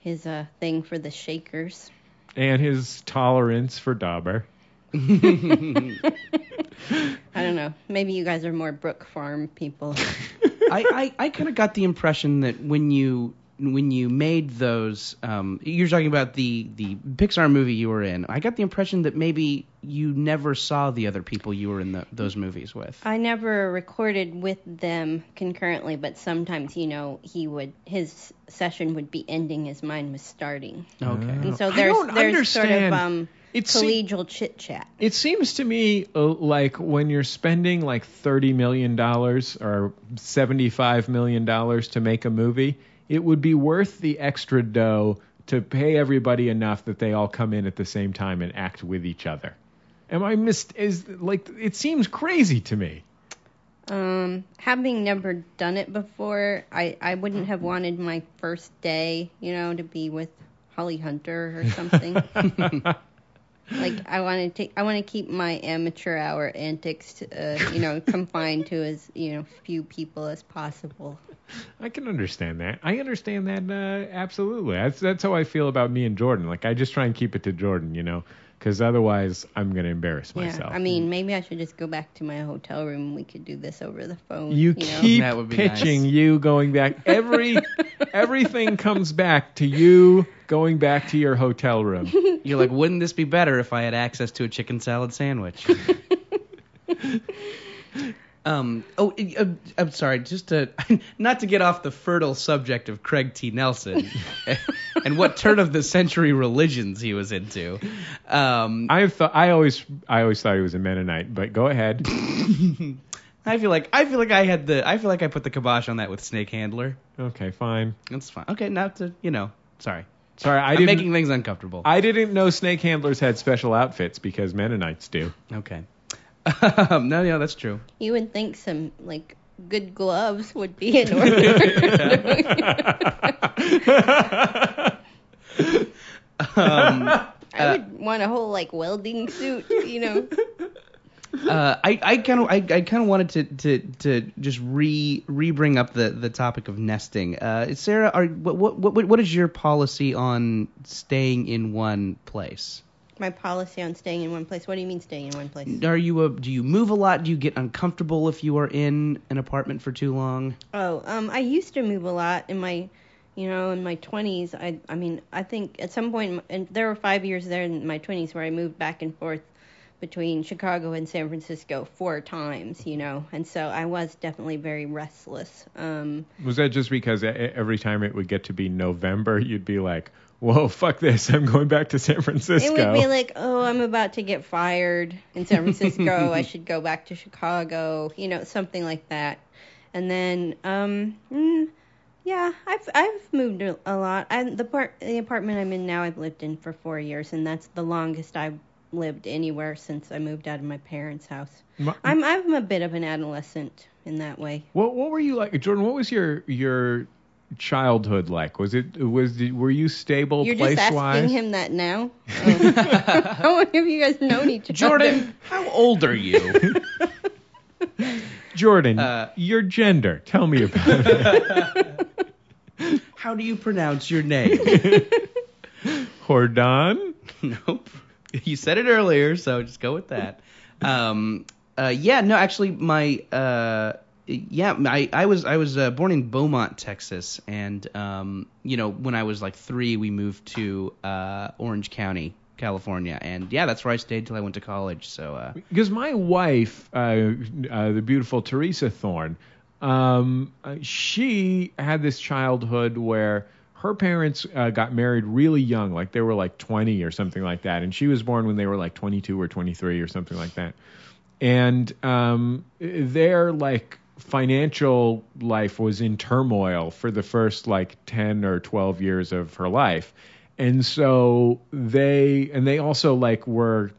his uh, thing for the Shakers. and his tolerance for Dauber. I don't know. Maybe you guys are more Brook Farm people. I, I, I kind of got the impression that when you when you made those, um, you're talking about the the Pixar movie you were in. I got the impression that maybe you never saw the other people you were in the, those movies with. I never recorded with them concurrently, but sometimes, you know, he would his session would be ending as mine was starting. Okay. And so I there's don't there's sort of understand. um It's collegial chit chat. It seems to me uh, like when you're spending like thirty million dollars or seventy-five million dollars to make a movie, it would be worth the extra dough to pay everybody enough that they all come in at the same time and act with each other. Am I missed? Is like it seems crazy to me. Um, having never done it before, I I wouldn't have wanted my first day, you know, to be with Holly Hunter or something. like I want to take I want to keep my amateur hour antics, uh, you know, confined to as you know few people as possible. I can understand that. I understand that uh, absolutely. That's that's how I feel about me and Jordan. Like I just try and keep it to Jordan, you know, because otherwise I'm gonna embarrass myself. Mm. Yeah, I mean, maybe I should just go back to my hotel room. We could do this over the phone. You, know? keep That would be pitching nice. you going back. Every everything comes back to you going back to your hotel room. You're like, wouldn't this be better if I had access to a chicken salad sandwich? um. Oh, i- uh, I'm sorry. Just to not to get off the fertile subject of Craig T. Nelson and what turn of the century religions he was into. Um, I thought I always I always thought he was a Mennonite, but go ahead. I feel like I feel like I had the I feel like I put the kibosh on that with Snake Handler. Okay, fine. That's fine. Okay, not to you know. Sorry, Sorry, I I'm didn't. making things uncomfortable. I didn't know snake handlers had special outfits because Mennonites do. okay. Um, no, no, that's true. You would think some like good gloves would be in order. Um, I would want a whole like welding suit, you know. Uh, I I kind of I, I kind of wanted to, to to just re re bring up the, the topic of nesting. Uh, Sarah, are what, what what what is your policy on staying in one place? My policy on staying in one place. What do you mean staying in one place? Are you a do you move a lot? Do you get uncomfortable if you are in an apartment for too long? Oh, um, I used to move a lot in my, you know, in my 20s. I, I mean, I think at some point, in my- and there were five years there in my 20s where I moved back and forth between Chicago and San Francisco four times, you know, and so I was definitely very restless. Um, Was that just because e- every time it would get to be November, you'd be like, "Whoa, fuck this! I'm going back to San Francisco." It would be like, oh, I'm about to get fired in San Francisco. I should go back to Chicago. You know, something like that. And then, um, mm, yeah, I've I've moved a a lot. I, the part the apartment I'm in now, I've lived in for four years, and that's the longest I've lived anywhere since I moved out of my parents' house. My- I'm I'm a bit of an adolescent in that way. What what were you like, Jordan? What was your your childhood like? Was it was did, were you stable You're place just asking wise? him that now. Oh. How long have you guys known each other? Jordan, how old are you? Jordan, Uh, your gender. Tell me about it. How do you pronounce your name? Hordon? Nope. You said it earlier, so just go with that. Um, uh, yeah, no, actually, my uh, yeah, I, I was I was uh, born in Beaumont, Texas, and um, you know, when I was like three, we moved to uh, Orange County, California, and yeah, that's where I stayed till I went to college. So uh, Because my wife, uh, uh, the beautiful Teresa Thorne, um, uh, she had this childhood where her parents uh, got married really young, like they were like 20 or something like that, and she was born when they were like 22 or 23 or something like that. And um, their like financial life was in turmoil for the first like 10 or 12 years of her life. And so they and they also like were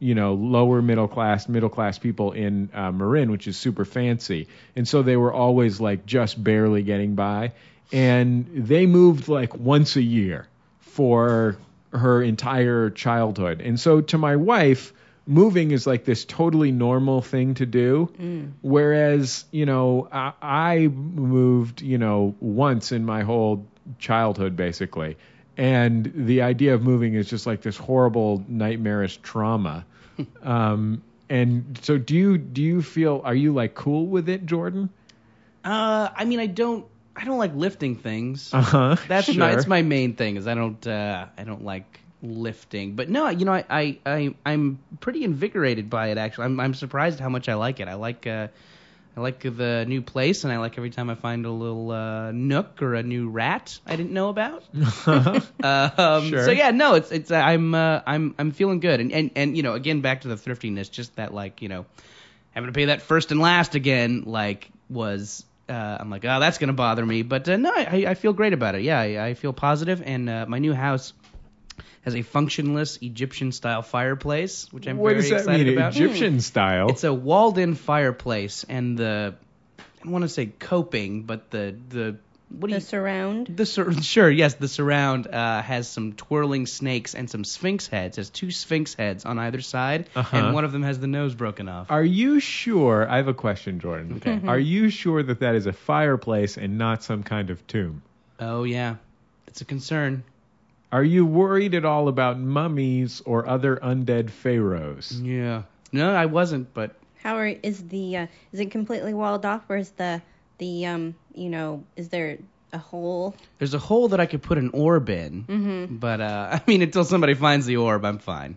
you know, lower middle class, middle class people in uh, Marin, which is super fancy. And so they were always like just barely getting by. And they moved like once a year for her entire childhood. And so to my wife, moving is like this totally normal thing to do. Whereas, you know, I, I moved, you know, once in my whole childhood basically and the idea of moving is just like this horrible nightmarish trauma um and so do you do you feel are you like cool with it jordan uh, I mean, I don't I don't like lifting things. uh-huh That's sure. my it's my main thing is I don't uh, I don't like lifting. But no, you know I I, I I'm pretty invigorated by it actually. I'm I'm surprised how much I like it. I like uh I like the new place and I like every time I find a little uh, nook or a new rat I didn't know about. Uh-huh. Uh, um, Sure. So yeah, no, it's it's I'm uh, I'm I'm feeling good and, and and you know again back to the thriftiness, just that like you know having to pay that first and last again like was uh, I'm like oh that's gonna bother me, but uh, no I I feel great about it. Yeah, I, I feel positive and uh, my new house has a functionless Egyptian style fireplace, which I'm what very does that excited mean about. egyptian style It's a walled-in fireplace, and the I don't want to say coping, but the the what do The you surround. the sur- sure yes the surround uh, has some twirling snakes and some sphinx heads. Has two sphinx heads on either side, Uh-huh. and one of them has the nose broken off. are you sure i have a question jordan okay are you sure that that is a fireplace and not some kind of tomb oh yeah, it's a concern. are you worried at all about mummies or other undead pharaohs Yeah. No, I wasn't, but How are, is the uh, is it completely walled off, or is the the um you know is there a hole? there's a hole that I could put an orb in. Mm-hmm. But uh, I mean, until somebody finds the orb, I'm fine.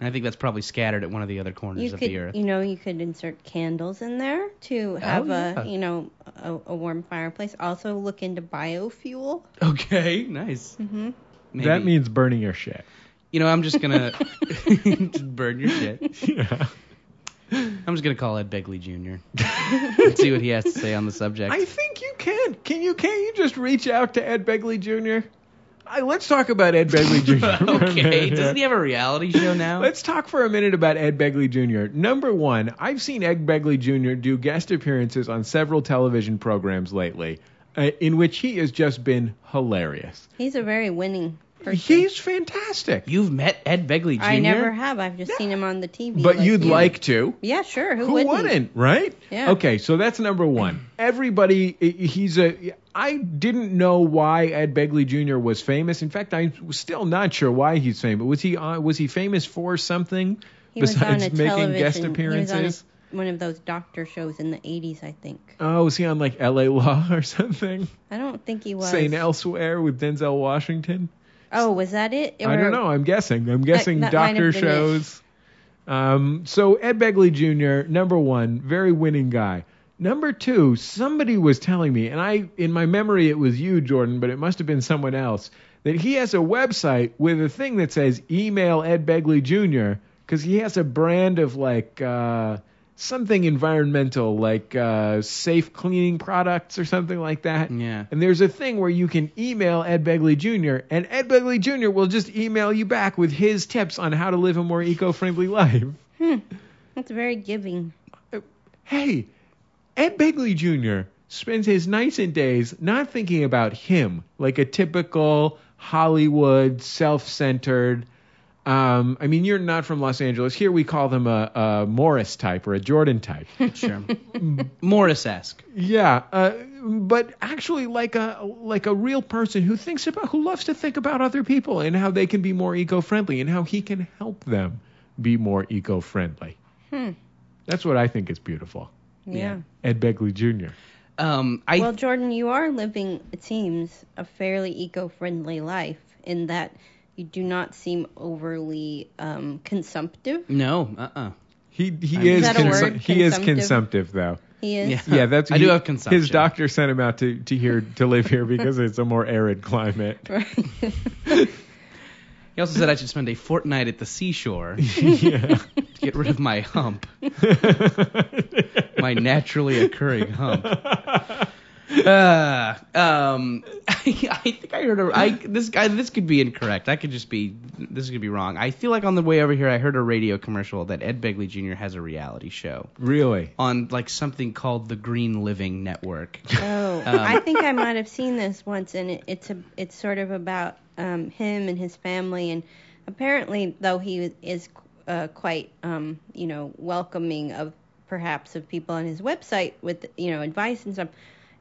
And I think that's probably scattered at one of the other corners You of could the earth. you know you could insert candles in there to have Oh, yeah. a you know a, a warm fireplace. Also look into biofuel. Okay, nice. Mm-hmm. Maybe. that means burning your shit you know, I'm just gonna just burn your shit. yeah I'm just gonna call Ed Begley Jr. and see what he has to say on the subject. I think you can. Can you? Can't you just reach out to Ed Begley Jr.? I, let's talk about Ed Begley Jr. okay, doesn't he have a reality show now? Let's talk for a minute about Ed Begley Jr. Number one, I've seen Ed Begley Jr. do guest appearances on several television programs lately, uh, in which he has just been hilarious. He's a very winning person. He's fantastic. You've met Ed Begley Jr. I never have. I've just seen him on the TV. but like you'd you. like to. Yeah, sure. Who, Who wouldn't? right? Yeah. Okay, so that's number one. Everybody, i- he's a. I didn't know why Ed Begley Jr. was famous. In fact, I'm still not sure why he's famous. Was he on, was he famous for something He was on besides a making television. guest He was appearances? on a, one of those doctor shows in the 80s, I think. Oh, was he on like L.A. Law or something? I don't think he was. St. Elsewhere with Denzel Washington. Oh, was that it? I Or- don't know. I'm guessing. I'm guessing that might doctor have been it. shows. Um, so Ed Begley Jr. number one, very winning guy. Number two, somebody was telling me, and I in my memory it was you, Jordan, but it must have been someone else, that he has a website with a thing that says email Ed Begley Jr. because he has a brand of like uh, something environmental, like uh, safe cleaning products or something like that. Yeah. And there's a thing where you can email Ed Begley Jr. and Ed Begley Jr. will just email you back with his tips on how to live a more eco-friendly life. That's very giving. Hey, Ed Begley Jr. spends his nights and days not thinking about him like a typical Hollywood self-centered Um, I mean, you're not from Los Angeles. Here we call them a, a Morris type or a Jordan type. Sure. Morris esque. yeah, uh, but actually, like a like a real person who thinks about, who loves to think about other people and how they can be more eco-friendly and how he can help them be more eco-friendly. That's what I think is beautiful. yeah. Ed Begley Jr. Um, I Well, Jordan, you are living, it seems, a fairly eco friendly life in that you do not seem overly um, consumptive. no. Uh. uh He he is, Is that a consu- word? he is Consumptive? consumptive though. He is. Yeah. Yeah, that's I do he- have consumption. His doctor sent him out to to here to live here because it's a more arid climate. He also said I should spend a fortnight at the seashore yeah. to get rid of my hump, my naturally occurring hump. Uh, um, I, I think I heard a, I, this guy. This could be incorrect. I could just be. This could be wrong. I feel like on the way over here, I heard a radio commercial that Ed Begley Jr. has a reality show Really? on like something called the Green Living Network. Oh, Um, I think I might have seen this once, and it, it's a, it's sort of about um, him and his family, and apparently, though he is uh, quite, um, you know, welcoming of perhaps of people on his website with, you know, advice and stuff.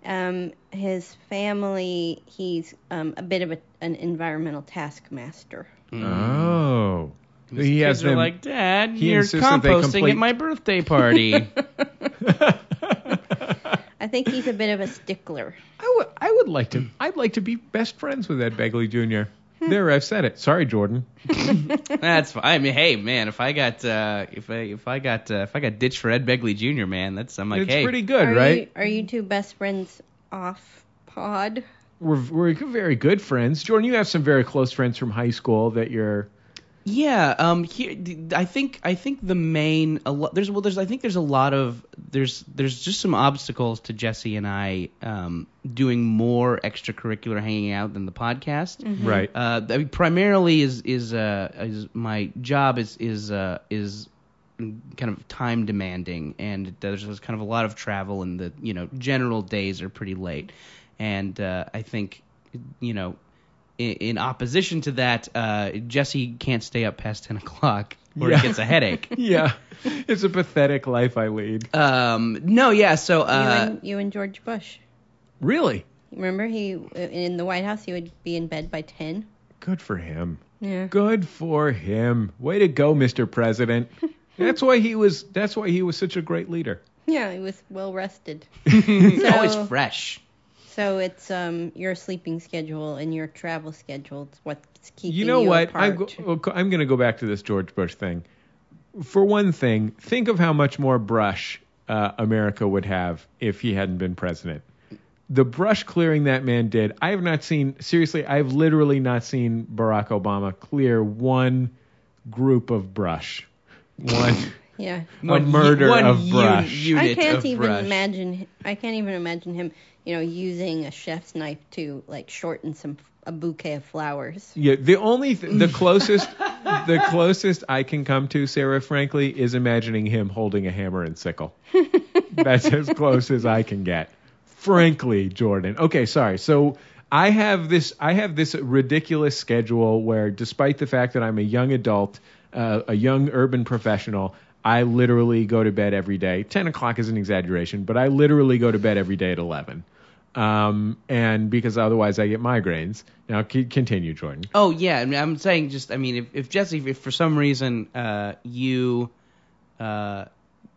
Um, his family, he's um, a bit of a, an environmental taskmaster. Hmm. Oh. He Kids has are them. like, Dad, he you're insists that they composting complete- at my birthday party. I think he's a bit of a stickler. I would I would like to I'd like to be best friends with Ed Begley Jr. Hmm. There, I've said it. Sorry, Jordan. That's fine. I mean, hey, man, if I got uh, if I if I got uh, if I got ditched for Ed Begley Jr., man, that's I'm like, it's hey, pretty good, are right? You, are you two best friends off pod? We're we're very good friends. Jordan, you have some very close friends from high school that you're yeah. Um, here, d- I think I think the main a lot there's well there's I think there's a lot of there's there's just some obstacles to Jesse and I um doing more extracurricular hanging out than the podcast. right. Uh, I mean, primarily is is uh is my job is is uh is kind of time demanding and there's, there's kind of a lot of travel and the you know general days are pretty late and uh, I think you know in, in opposition to that uh, Jesse can't stay up past ten o'clock or Yeah. he gets a headache. yeah. It's a pathetic life I lead. um, no, yeah, so you, uh, and, you and George Bush. Really? Remember, he in the White House, he would be in bed by ten. Good for him. Yeah. Good for him. Way to go, Mr. President. That's why he was that's why he was such a great leader. Yeah, he was well rested. he's always so- fresh. So it's um your sleeping schedule and your travel schedule. It's what's keeping you know what? Apart. I'm, go- I'm going to go back to this George Bush thing. For one thing, think of how much more brush uh, America would have if he hadn't been president. The brush clearing that man did, I have not seen, seriously, I've literally not seen Barack Obama clear one group of brush. One. yeah. One u- murder one of un- brush. unit I can't of even brush. imagine. I can't even imagine him, you know, using a chef's knife to like shorten some a bouquet of flowers. Yeah, the only th- the closest the closest I can come to Sarah frankly is imagining him holding a hammer and sickle. That's as close as I can get. Frankly, Jordan. Okay, sorry. So I have this I have this ridiculous schedule where despite the fact that I'm a young adult, uh, a young urban professional, I literally go to bed every day. 10 o'clock is an exaggeration, but I literally go to bed every day at 11. Um, and because otherwise I get migraines. Now c- continue, Jordan. Oh yeah, I mean, I'm saying just I mean if, if Jesse if for some reason uh you uh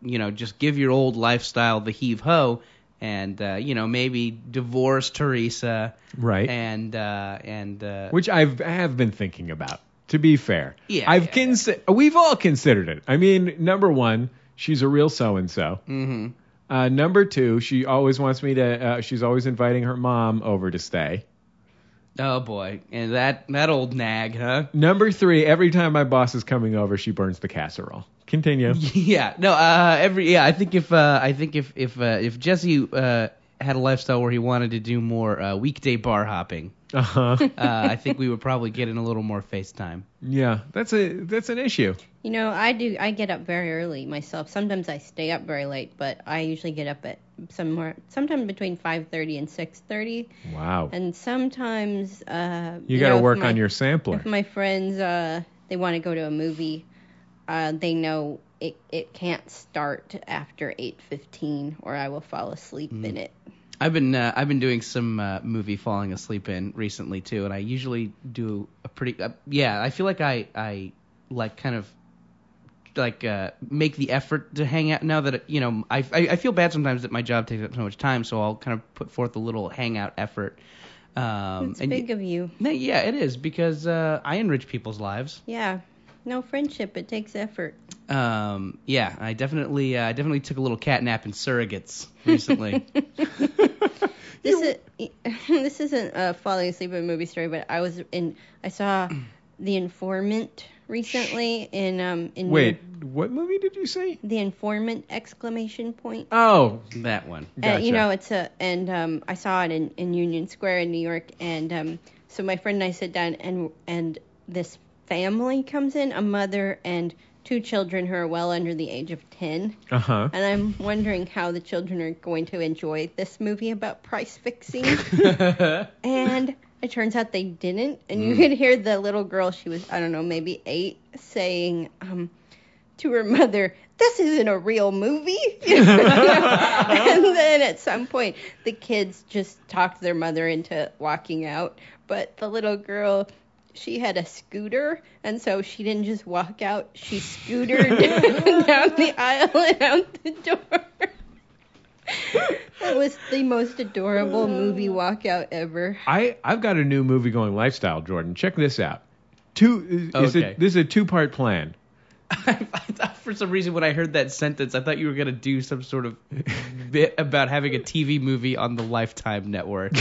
you know just give your old lifestyle the heave ho and uh you know maybe divorce Teresa Right. and uh and uh Which I've I have been thinking about. To be fair, Yeah, I've yeah, consi- we've all considered it. I mean, number one, she's a real so and so. mhm. Uh, number two, she always wants me to. Uh, she's always inviting her mom over to stay. Oh boy, and that that old nag, huh? Number three, every time my boss is coming over, she burns the casserole. Continue. Yeah, no, uh, every yeah, I think if uh, I think if if uh, if Jesse uh, had a lifestyle where he wanted to do more uh, weekday bar hopping, Uh huh. uh, I think we would probably get in a little more FaceTime. yeah, that's a that's an issue. You know, I do. I get up very early myself. Sometimes I stay up very late, but I usually get up at somewhere, sometime between 5:30 and 6:30, Wow. and sometimes. Uh, you got to know, if work my- on your sampler. If my friends, uh, they want to go to a movie, uh, they know it it can't start after 8:15 or I will fall asleep Mm. in it. I've been uh, I've been doing some uh, movie falling asleep in recently too, and I usually do a pretty uh, yeah. I feel like I I like kind of like uh, make the effort to hang out now that you know I, I I feel bad sometimes that my job takes up so much time, so I'll kind of put forth a little hangout effort. Um, It's and big y- of you. no, yeah, it is because uh, I enrich people's lives. Yeah. No friendship, it takes effort. Um, yeah, I definitely uh, I definitely took a little cat nap in surrogates recently. This is this isn't a falling asleep in a movie story, but I was in I saw The Informant recently in um in Wait, what movie did you say? The Informant exclamation point. Oh, that one. Uh, Gotcha. you know, it's a and um, I saw it in, in Union Square in New York, and um, so my friend and I sit down, and and this family comes in, a mother and two children who are well under the age of ten, uh huh. and I'm wondering how the children are going to enjoy this movie about price fixing, and it turns out they didn't, and you could hear the little girl, she was I don't know maybe eight, saying um, to her mother, "This isn't a real movie." and then at some point the kids just talked their mother into walking out but the little girl she had a scooter and so she didn't just walk out she scootered down the aisle and out the door that was the most adorable movie walkout ever I I've got a new movie going lifestyle, Jordan. Check this out. Two. Is Okay. it, this is a two part plan. I, I thought for some reason when I heard that sentence, I thought you were gonna do some sort of bit about having a TV movie on the Lifetime network.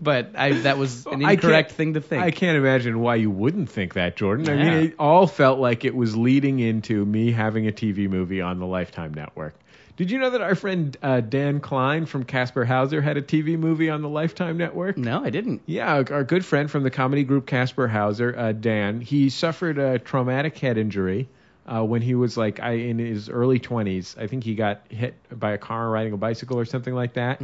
but I, that was an I can't- incorrect thing to think. I can't imagine why you wouldn't think that, Jordan. I Yeah. mean, it all felt like it was leading into me having a TV movie on the Lifetime network. Did you know that our friend uh, Dan Klein from Casper Hauser had a TV movie on the Lifetime network? No, I didn't. Yeah, our- our good friend from the comedy group Casper Hauser, uh, Dan, he suffered a traumatic head injury uh, when he was like I, in his early 20s. I think he got hit by a car riding a bicycle or something like that.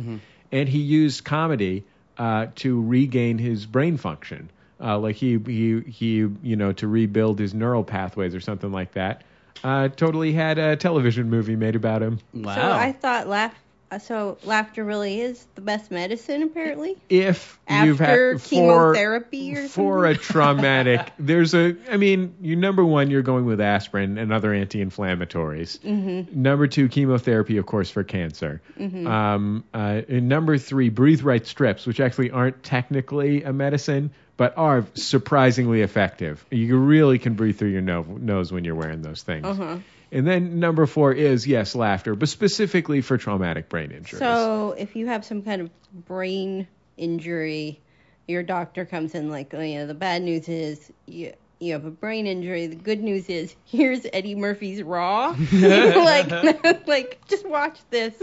And he used comedy uh, to regain his brain function. Uh, like he, he, he, you know, to rebuild his neural pathways or something like that. Uh, totally had a television movie made about him. Wow. so i thought laugh uh, so laughter really is the best medicine apparently if you've After had for- chemotherapy or for a traumatic there's a i mean you number one you're going with aspirin and other anti-inflammatories mm-hmm. number two chemotherapy of course for cancer Mm-hmm. um, uh, and number three breathe right strips which actually aren't technically a medicine but are surprisingly effective you really can breathe through your no- nose when you're wearing those things Uh-huh. and then number four is yes laughter but specifically for traumatic brain injuries So if you have some kind of brain injury, your doctor comes in like, oh, yeah, the bad news is you, you have a brain injury. The good news is here's Eddie Murphy's Raw. like, like just watch this.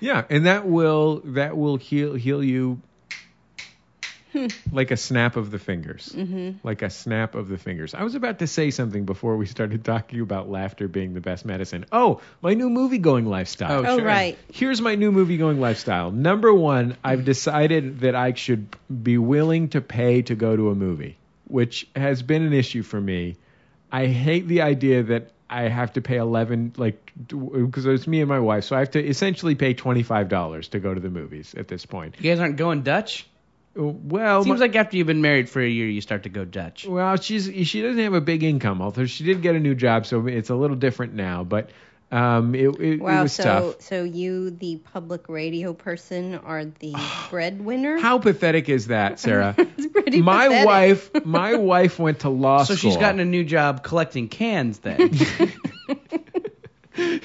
Yeah, and that will that will heal heal you like a snap of the fingers. Mm-hmm. Like a snap of the fingers. I was about to say something before we started talking about laughter being the best medicine. Oh, my new movie going lifestyle. Oh, right. Here's my new movie going lifestyle. Number 1, I've decided that I should be willing to pay to go to a movie, which has been an issue for me. I hate the idea that I have to pay 11 like because it's me and my wife, so I have to essentially pay $25 to go to the movies at this point. You guys aren't going Dutch? Well, Seems Oh, my- like after you've been married for a year, you start to go Dutch. well, she's she doesn't have a big income, although she did get a new job, so it's a little different now, but um it it, it Wow. was So, tough. so you, the public radio person, are the breadwinner. How pathetic is that, Sarah? It's pretty my pathetic. wife my wife went to law So school. she's gotten a new job collecting cans then.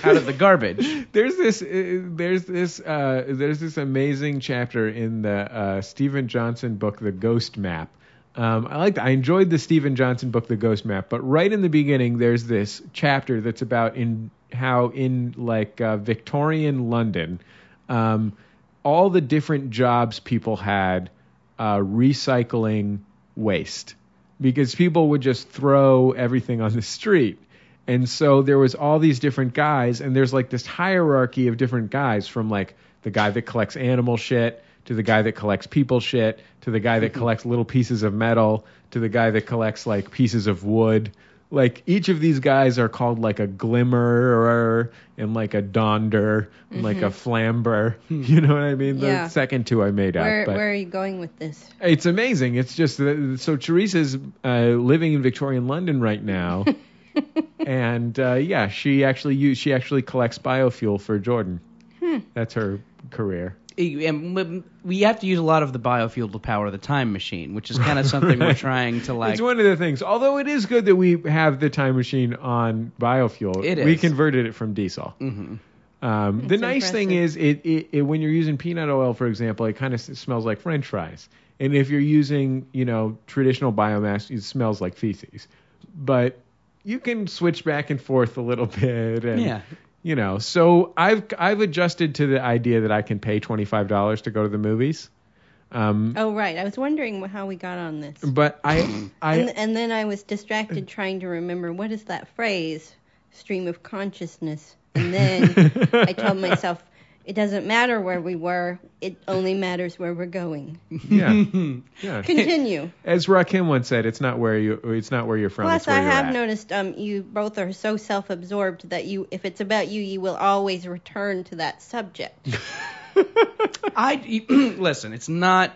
Out of the garbage. there's this uh, there's this uh, there's this amazing chapter in the uh, Stephen Johnson book The Ghost Map. Um, I liked I enjoyed the Stephen Johnson book The Ghost Map, but right in the beginning there's this chapter that's about in how in like uh, Victorian London, um, all the different jobs people had uh, recycling waste because people would just throw everything on the street. And so there was all these different guys, and there's like this hierarchy of different guys from like the guy that collects animal shit to the guy that collects people shit, to the guy Mm-hmm. that collects little pieces of metal, to the guy that collects like pieces of wood. Like each of these guys are called like a glimmerer and like a donder and like a flamber. You know what I mean? The Mm-hmm. Yeah. second two I made Where up. But where are you going with this? it's amazing. It's just that- so Teresa's uh, living in Victorian London right now, and uh, yeah, she actually use, she actually collects biofuel for Jordan. That's her career. E, And we- we have to use a lot of the biofuel to power the time machine, which is kind of something we're trying to like. it's one of the things. Although it is good that we have the time machine on biofuel. It We is. converted it from diesel. Mhm. Um, the That's nice thing is, impressive. it, it, it when you're using peanut oil, for example, it kind of smells like French fries. And if you're using, you know, traditional biomass, it smells like feces. But you can switch back and forth a little bit, and Yeah. you know. So I've I've adjusted to the idea that I can pay twenty five dollars to go to the movies. Um, Oh right, I was wondering how we got on this. but I I Uh, and, and then I was distracted trying to remember what is that phrase, stream of consciousness. And then I told myself, it doesn't matter where we were, it only matters where we're going. yeah yeah. Continue. As Rakim once said, it's not where you it's not where you're from. it's Plus, where I you're have at. noticed um, you both are so self-absorbed that you, if it's about you, you will always return to that subject. I listen. It's not.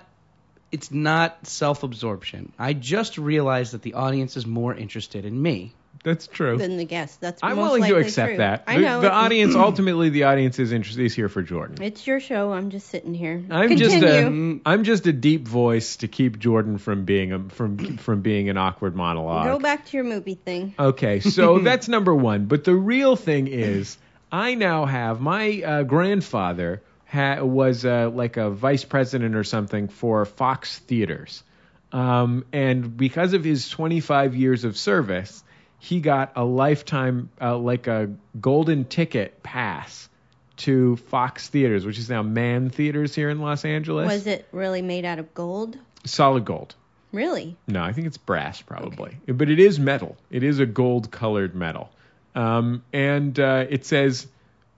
It's not self-absorption. I just realized that the audience is more interested in me. That's true. than the guest. That's I'm most willing to likely accept true. that. I The- know the it- audience ultimately the audience is interested is here for Jordan. It's your show. I'm just sitting here. I'm Continue. just a I'm just a deep voice to keep Jordan from being a, from from being an awkward monologue. Go back to your movie thing. Okay, so that's number one. But the real thing is, I now have my uh, grandfather ha- was uh, like a vice president or something for Fox Theaters, um, and because of his 25 years of service, he got a lifetime uh, like a golden ticket pass to Fox Theaters, which is now Man Theaters here in Los Angeles. Was it really made out of gold? solid gold? Really? No, I think it's brass probably, but it is metal. It is a gold colored metal, um, and uh, it says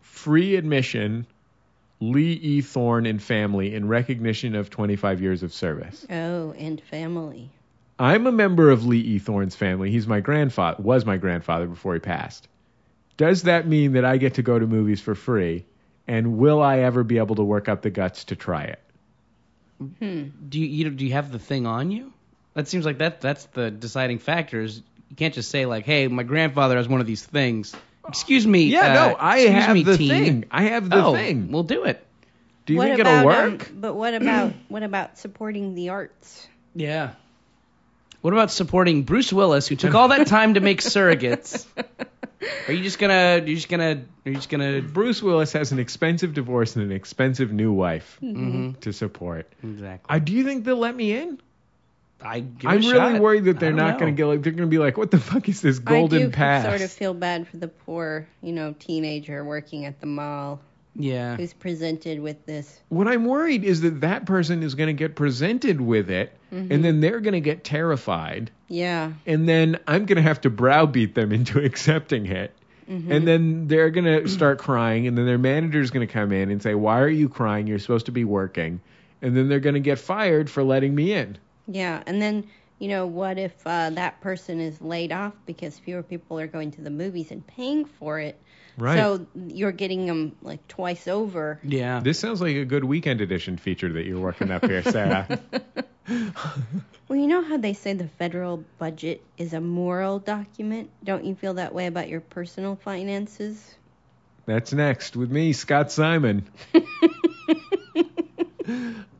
free admission, Lee E. Thorne and family in recognition of 25 years of service. Oh, and family. I'm a member of Lee E. Thorne's family. He's my grandfather. Was my grandfather before he passed. Does that mean that I get to go to movies for free? And will I ever be able to work up the guts to try it? Do you, you do you have the thing on you? That seems like that that's the deciding factor. Is you can't just say like, hey, my grandfather has one of these things. Excuse me. Yeah, uh, no, I excuse have me, the teen. thing. I have the oh, thing. We'll do it. Do you what think it'll about, work? Um, but what about what about supporting the arts? Yeah. What about supporting Bruce Willis, who took all that time to make surrogates? Are you just gonna? Are you just gonna? Are you just gonna? Bruce Willis has an expensive divorce and an expensive new wife mm-hmm. to support. Exactly. I do you think they'll let me in? I give it I'm a really shot. worried that they're I don't not know. going to get like they're going to be like, what the fuck is this golden I do pass? sort of feel bad for the poor, you know, teenager working at the mall Yeah. who's presented with this. what I'm worried is that that person is going to get presented with it, Mm-hmm. and then they're going to get terrified, Yeah. and then I'm going to have to browbeat them into accepting it. Mm-hmm. And then they're going to start crying, and then their manager's going to come in and say, Why are you crying? You're supposed to be working. And then they're going to get fired for letting me in. Yeah, and then you know what if uh, that person is laid off because fewer people are going to the movies and paying for it? Right. So you're getting them like twice over. Yeah. This sounds like a good weekend edition feature that you're working up here, Sarah. Well, you know how they say the federal budget is a moral document. Don't you feel that way about your personal finances? That's next with me, Scott Simon.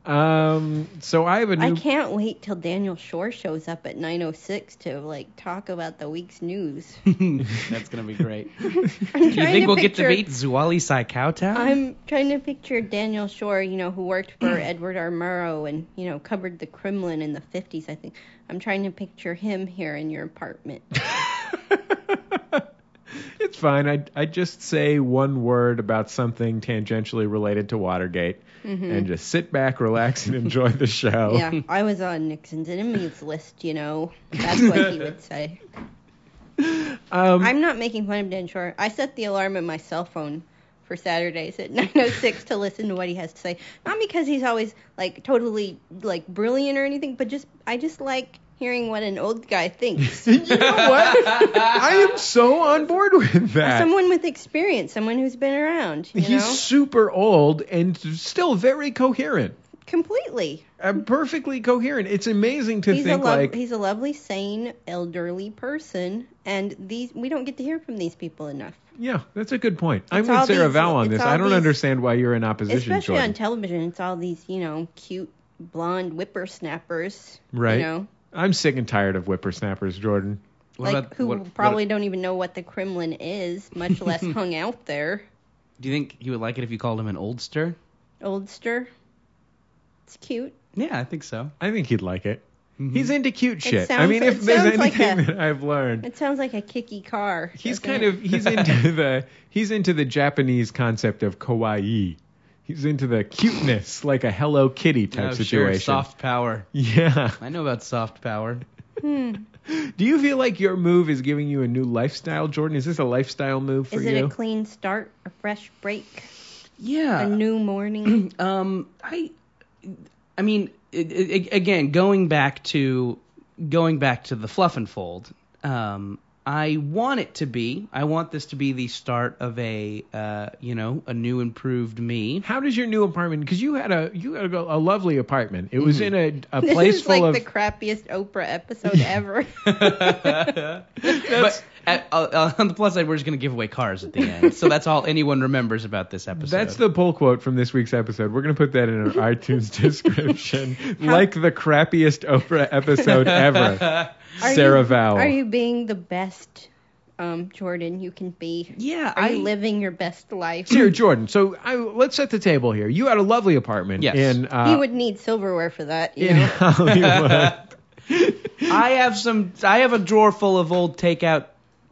um, so I have a I new. can't wait till Daniel Shore shows up at 9:06 to like talk about the week's news. That's gonna be great. Do I'm you trying think we'll get to picture- meet Zuali Saikowtown? I'm trying to picture Daniel Shore, you know, who worked for Edward R. Murrow and, you know, covered the Kremlin in the 50s, I think. I'm trying to picture him here in your apartment. it's fine. I I just say one word about something tangentially related to Watergate, Mm-hmm. and just sit back, relax, and enjoy the Oh. show. Yeah, I was on Nixon's enemies list, you know. That's what he would say. Um, I'm not making fun of Dan Shore. I set the alarm on my cell phone for Saturdays at 9:06 to listen to what he has to say. Not because he's always like totally like brilliant or anything, but just I just like hearing what an old guy thinks. you know what? I am so on board with that. someone with experience, someone who's been around, you He's know, super old and still very coherent. completely. Uh, perfectly coherent. It's amazing to He's a think lov- like he's a lovely, sane, elderly person, and these we don't get to hear from these people enough, Yeah, that's a good point. I'm all with Sarah these- Val on it's this. all I don't these- understand why you're in opposition, especially Jordan. on television. It's all these you know cute blonde whippersnappers, Right. You know, I'm sick and tired of whippersnappers, Jordan. What like about- who what- what- probably don't even know what the Kremlin is, much less hung out there. do you think he would like it if you called him an oldster? Oldster, it's cute. Yeah, I think so. I think he'd like it. He's into cute shit. I sounds- mean, if Mm-hmm. it there's sounds anything like a- that I've learned, It sounds like a kicky car. he's doesn't kind it? of he's into the he's into the Japanese concept of kawaii. He's into the cuteness, like a Hello Kitty type Oh, situation. Sure, soft power. Yeah. I know about soft power. Do you feel like your move is giving you a new lifestyle, Jordan? Is this a lifestyle move for Is you? it a clean start, a fresh break, Yeah. Uh, a new morning? Um, I, I mean, it, it, again, going back to going back to the fluff and fold. Um, I want it to be. I want this to be the start of a, uh, you know, a new improved me. How does your new apartment? Because you had a you had a, a lovely apartment. It was in a, a This place is full like of the crappiest Oprah episode ever. But at, uh, uh, on the plus side, we're just gonna give away cars at the end, so that's all anyone remembers about this episode. That's the pull quote from this week's episode. We're going to put that in our iTunes description. like the crappiest Oprah episode ever. Are Sarah you, Vowell. Are you being the best, um, Jordan, you can be? yeah. Are I you living your best life? Dear Jordan, so I, let's set the table here. You had a lovely apartment Yes. in, uh, he would need silverware for that, you in know. Hollywood. I have some. I have a drawer full of old takeout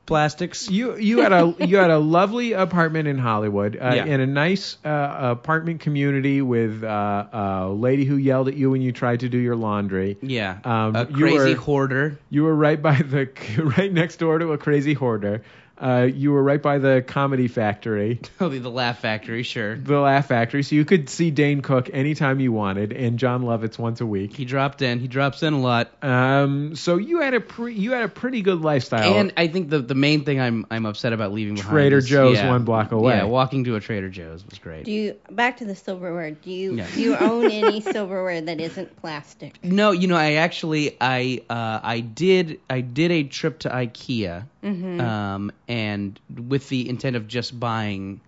plastics. you you had a you had a lovely apartment in Hollywood uh, Yeah. in a nice uh, apartment community with uh, a lady who yelled at you when you tried to do your laundry. Yeah. Um, a you crazy were- hoarder. You were right by the right next door to a crazy hoarder. Uh, you were right by the comedy factory, Oh, the the Laugh Factory, sure. the Laugh Factory, so you could see Dane Cook anytime you wanted, and John Lovitz once a week. He dropped in. He drops in a lot. Um, so you had a pre- you had a pretty good lifestyle. And I think the the main thing I'm I'm upset about leaving behind Trader is- Joe's yeah, one block away. Yeah, walking to a Trader Joe's was great. Do you back to the silverware? Do you Yeah. do you own any silverware that isn't plastic? no, you know, I actually I uh I did I did a trip to IKEA Mm-hmm, um and with the intent of just buying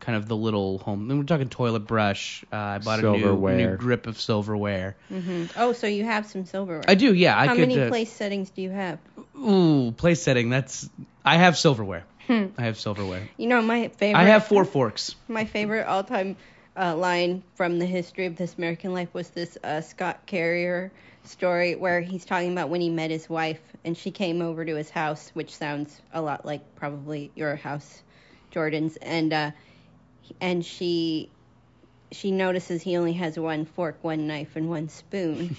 kind of the little home. And we're talking toilet brush. Uh, I bought a new, Silverware. new grip of silverware. Oh, so you have some silverware. I do, yeah. I How could many uh, place settings do you have? ooh, place setting. That's I have silverware. Hmm. I have silverware. You know my favorite. I have four forks. My favorite all-time uh, line from the history of this American life was this uh, Scott Carrier story where he's talking about when he met his wife and she came over to his house, which sounds a lot like probably your house, Jordan's, and uh, and she she notices he only has one fork, one knife, and one spoon.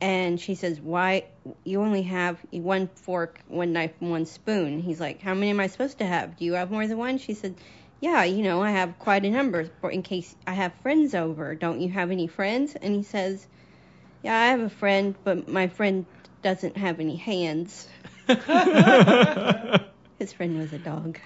And she says, "Why you only have one fork, one knife, and one spoon?" He's like, "How many am I supposed to have? Do you have more than one?" She said, "Yeah, you know, I have quite a number for- in case I have friends over. Don't you have any friends?" And he says, "Yeah, I have a friend, but my friend doesn't have any hands." His friend was a dog.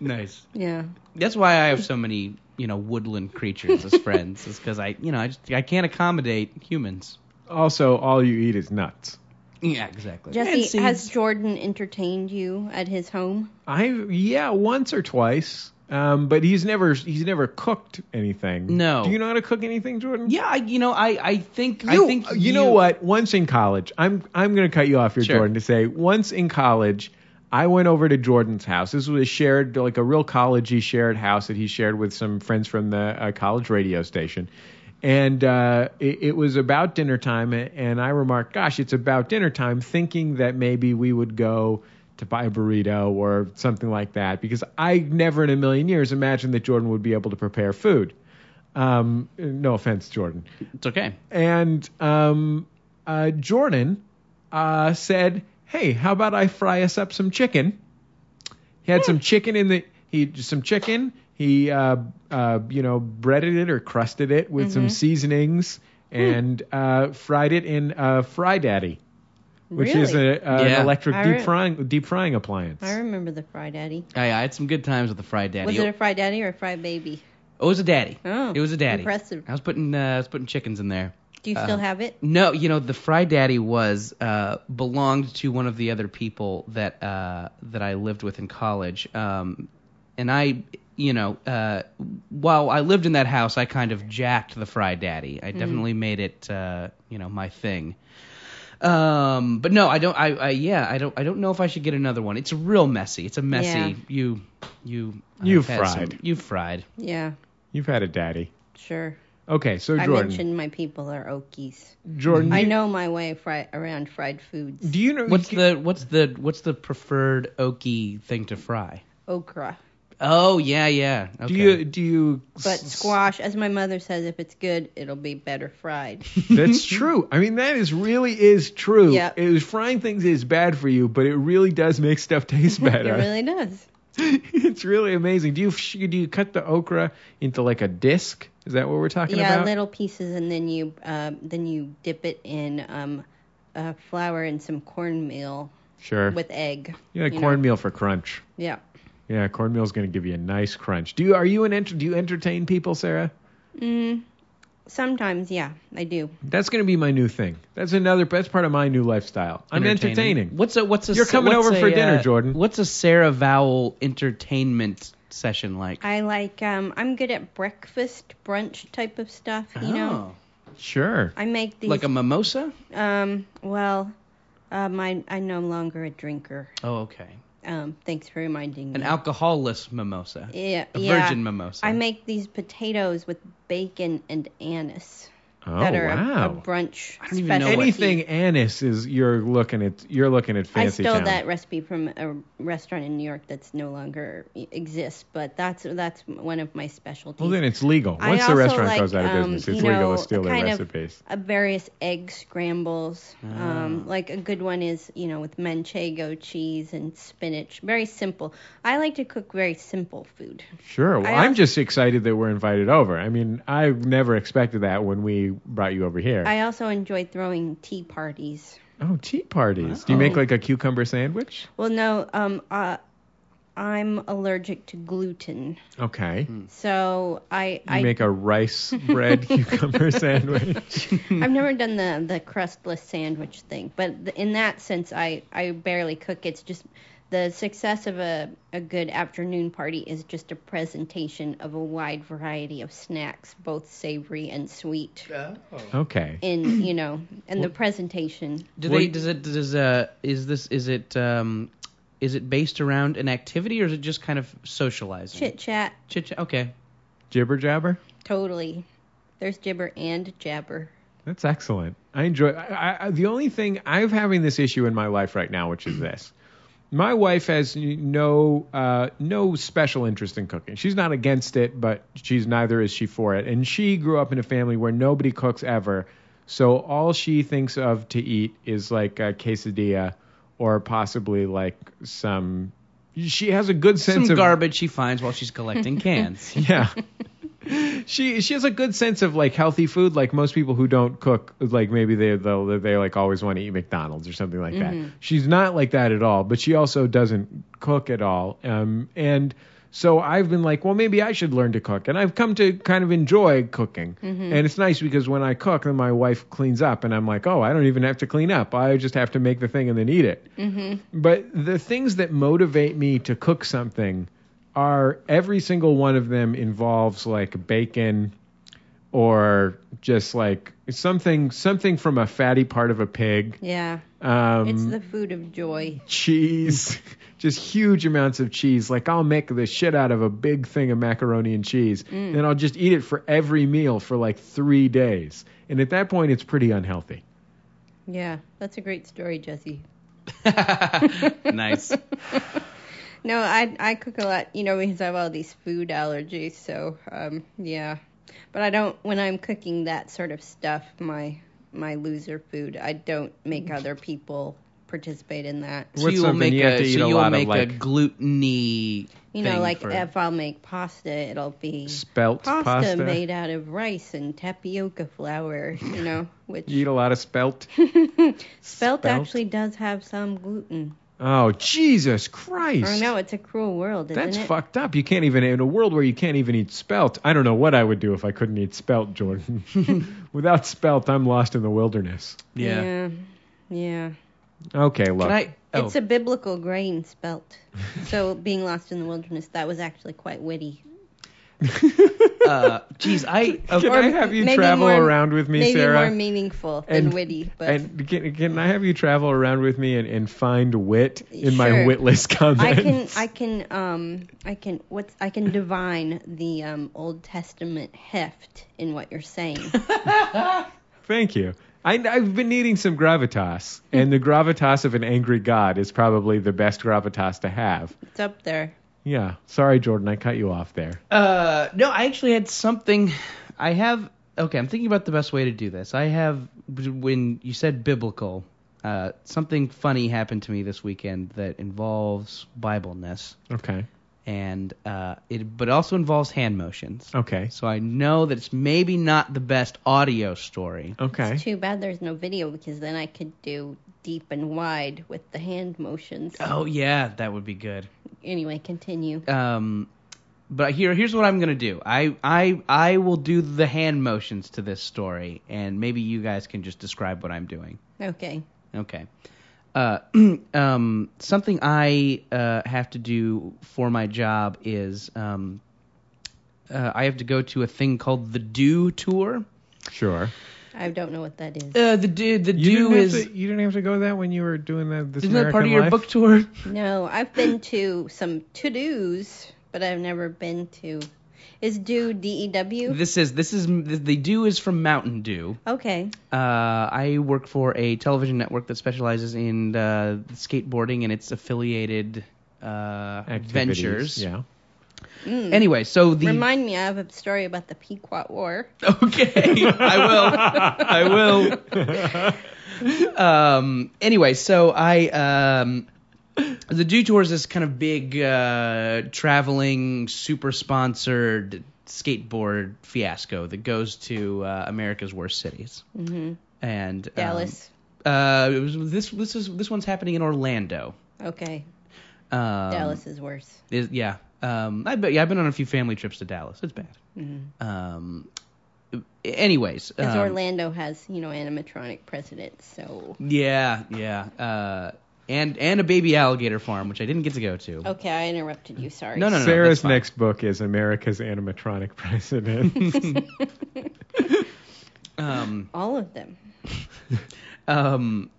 Nice. Yeah. That's why I have so many, you know, woodland creatures as friends. is because I, you know, I just I can't accommodate humans. also, all you eat is nuts. Yeah, exactly. And Jesse, seeds. has Jordan entertained you at his home? I yeah, once or twice. Um, but he's never he's never cooked anything. No. Do you know how to cook anything, Jordan? yeah, I, you know, I, I think, You, I think you, know what? Once in college, I'm I'm gonna cut you off here, Sure. Jordan, to say once in college, I went over to Jordan's house. This was a shared, like a real collegey shared house that he shared with some friends from the uh, college radio station. And uh, it, it was about dinner time, a- and I remarked, "Gosh, it's about dinner time," thinking that maybe we would go to buy a burrito or something like that, because I never in a million years imagined that Jordan would be able to prepare food. Um, no offense, Jordan It's okay. and um, uh, Jordan uh, said, "Hey, how about I fry us up some chicken?" He had some chicken in the he some chicken. He, uh, uh, you know, breaded it or crusted it with some Mm-hmm. seasonings Hmm. and uh, fried it in uh, Fry Daddy, which is Really? a, a- Yeah. an electric I deep re- frying deep frying appliance. I remember the Fry Daddy. I, I had some good times with the fried daddy. Was it a Fry Daddy or a Fry Baby? oh, it was a daddy. Oh, it was a daddy. impressive. I was putting uh, I was putting chickens in there. Do you Uh-huh. still have it? No, you know the Fry Daddy was uh, belonged to one of the other people that uh, that I lived with in college, um, and I, you know, uh, while I lived in that house, I kind of jacked the Fry Daddy. I definitely made it, uh, you know, my thing. Um, but no, I don't. I, I yeah, I don't. I don't know if I should get another one. It's real messy. It's a messy. Yeah. You, you, You've I've had some- fried. you've fried. Yeah, You've had a daddy. sure. Okay, so I Jordan, mentioned my people are Okies. Jordan, I you- know my way fri- around fried foods. Do you know What's the what's the what's the preferred oaky thing to fry? Okra. Oh yeah, yeah. Okay. Do you do you? But squash, as my mother says, if it's good, it'll be better fried. That's true. I mean, that is really is true. Yeah. It was frying things is bad for you, but it really does make stuff taste it better. really does. it's really amazing. Do you sh- do you cut the okra into like a disc? Is that what we're talking Yeah, about? little pieces, and then you um, then you dip it in um, uh, flour and some cornmeal Sure. with egg. yeah, know. cornmeal for crunch. Yeah. Yeah, cornmeal's going to give you a nice crunch. Do you are you an enter- do you entertain people, Sarah? Mm, sometimes, yeah, I do. That's going to be my new thing. That's another. That's part of my new lifestyle. I'm entertaining. What's a what's a You're coming what's over a, for dinner, uh, Jordan. What's a Sarah Vowell entertainment session like? I like um, I'm good at breakfast brunch type of stuff. You know, Sure. I make Oh, these. like a mimosa? um, well, um, I I'm no longer a drinker. Oh, okay. Um, thanks for reminding me. An alcoholless mimosa. yeah, A yeah. virgin mimosa. I make these potatoes with bacon and anise Oh that are a- wow. a, brunch don't even know what- specialty. Anything anise is you're looking at you're looking at I fancy stole town. that recipe from a restaurant in New York that's no longer e, exists, but that's that's one of my specialties. Well, then it's legal. I Once the also restaurant like, goes out of um, business, it's you legal know, to steal their kind of- recipes. uh, various egg scrambles. Ah. Um, like a good one is, you know, with manchego cheese and spinach. Very simple. I like to cook very simple food. Sure. Well, I I'm also- just excited that we're invited over. I mean, I never expected that when we brought you over here. I also enjoy throwing tea parties. oh, tea parties. Do you make like a cucumber sandwich? Well, no, um, uh, I'm allergic to gluten, Okay. so I You Hmm. I make a rice bread cucumber sandwich. I've never done the the crustless sandwich thing, but th- in that sense, I I barely cook. It's just the success of a a good afternoon party is just a presentation of a wide variety of snacks, both savory and sweet. Okay. In you know, and the presentation. Do What do they you- does it does uh is this is it um is it based around an activity or is it just kind of socializing? Chit chat, Chit okay. Jibber jabber. totally. There's gibber and jabber. That's excellent. I enjoy. I, I, the only thing I'm having this issue in my life right now, which is this. My wife has no uh, no special interest in cooking. She's not against it, but she's neither is she for it. And she grew up in a family where nobody cooks ever, so all she thinks of to eat is like a quesadilla, or possibly like some. She has a good sense Some of garbage she finds while she's collecting cans. yeah. She she has a good sense of like healthy food. Like most people who don't cook, like maybe they they they like always want to eat McDonald's or something like that. She's not like that at all, but she also doesn't cook at all. Um, and so I've been like, well, maybe I should learn to cook, and I've come to kind of enjoy cooking. And it's nice because when I cook, then my wife cleans up, and I'm like, oh, I don't even have to clean up. I just have to make the thing and then eat it. But the things that motivate me to cook something are every single one of them involves like bacon or just like something something from a fatty part of a pig, Yeah, um, it's the food of joy. cheese, just huge amounts of cheese. Like I'll make the shit out of a big thing of macaroni and cheese, Mm. and I'll just eat it for every meal for like three days. And at that point, it's pretty unhealthy. Yeah, that's a great story, Jesse. nice. No, I I cook a lot, you know, because I have all these food allergies. So, um, yeah, but I don't when I'm Mm. cooking that sort of stuff, my my loser food. I don't make other people participate in that. So What's you will something make you have a, to eat so a you will lot of, make a like- gluten-y You know, thing like for- if I'll make pasta, it'll be Spelt pasta, pasta. made out of rice and tapioca flour. You know, which You eat a lot of spelt. spelt Spelt? actually does have some gluten. Oh, Jesus Christ. I know it's a cruel world, isn't That's it? fucked up. You can't even in a world where you can't even eat spelt. I don't know what I would do if I couldn't eat spelt, Jordan. Without spelt, I'm lost in the wilderness. yeah. yeah. yeah. Okay, look. Can I? Oh, It's a biblical grain spelt. so being lost in the wilderness, that was actually quite witty. uh, geez, I. Can or- I have you maybe travel more- around with me, Maybe Sarah? more meaningful than And- witty, but and can, can I have you travel around with me and, and find wit in my Sure. witless comments? I can I can um I can what's I can divine the um Old Testament heft in what you're saying. Thank you. I, I've been needing some gravitas, and the gravitas of an angry god is probably the best gravitas to have. it's up there. Yeah. Sorry, Jordan, I cut you off there. Uh, no, I actually had something. I have. Okay, I'm thinking about the best way to do this. I have. When you said biblical, uh, something funny happened to me this weekend that involves Bibleness, Okay. and uh, it, but also involves hand motions. Okay. So I know that it's maybe not the best audio story. Okay. Too bad there's no video because then I could do deep and wide with the hand motions. Oh yeah, that would be good. Anyway, continue. um but here here's what I'm gonna do. I I I will do the hand motions to this story, and maybe you guys can just describe what I'm doing. Okay. Okay. Uh, um, something I uh, have to do for my job is um, uh, I have to go to a thing called the Do Tour. Sure. I don't know what that is. Uh, the Do the You Do didn't have is to, you didn't have to go that when you were doing that. This isn't that American part of your Life? book tour? No, I've been to some to-dos, but I've never been to Is do D E W? this is this is the Do is from Mountain Dew. E Okay. Uh, I work for a television network that specializes in uh, skateboarding and its affiliated uh, Activities. ventures. Yeah. Mm. Anyway, so the Remind me, I have a story about the Pequot War. Um, okay, I will, I will. um, anyway, so I um, the Do Tour is this kind of big uh, traveling, super sponsored skateboard fiasco that goes to uh, America's worst cities hmm and um, Dallas. Uh, it was, this this is this one's happening in Orlando. Okay. Um, Dallas is worse. is- yeah. Um, I bet. Yeah, I've been on a few family trips to Dallas. It's bad. Mhm. Um, anyways. Because um, Orlando has, you know, animatronic presidents, so. Yeah, yeah. Uh, and and a baby alligator farm, which I didn't get to go to. Okay, I interrupted you. Sorry. No, no, no. that's Sarah's fine. next book is America's animatronic president. Um, All of them. um,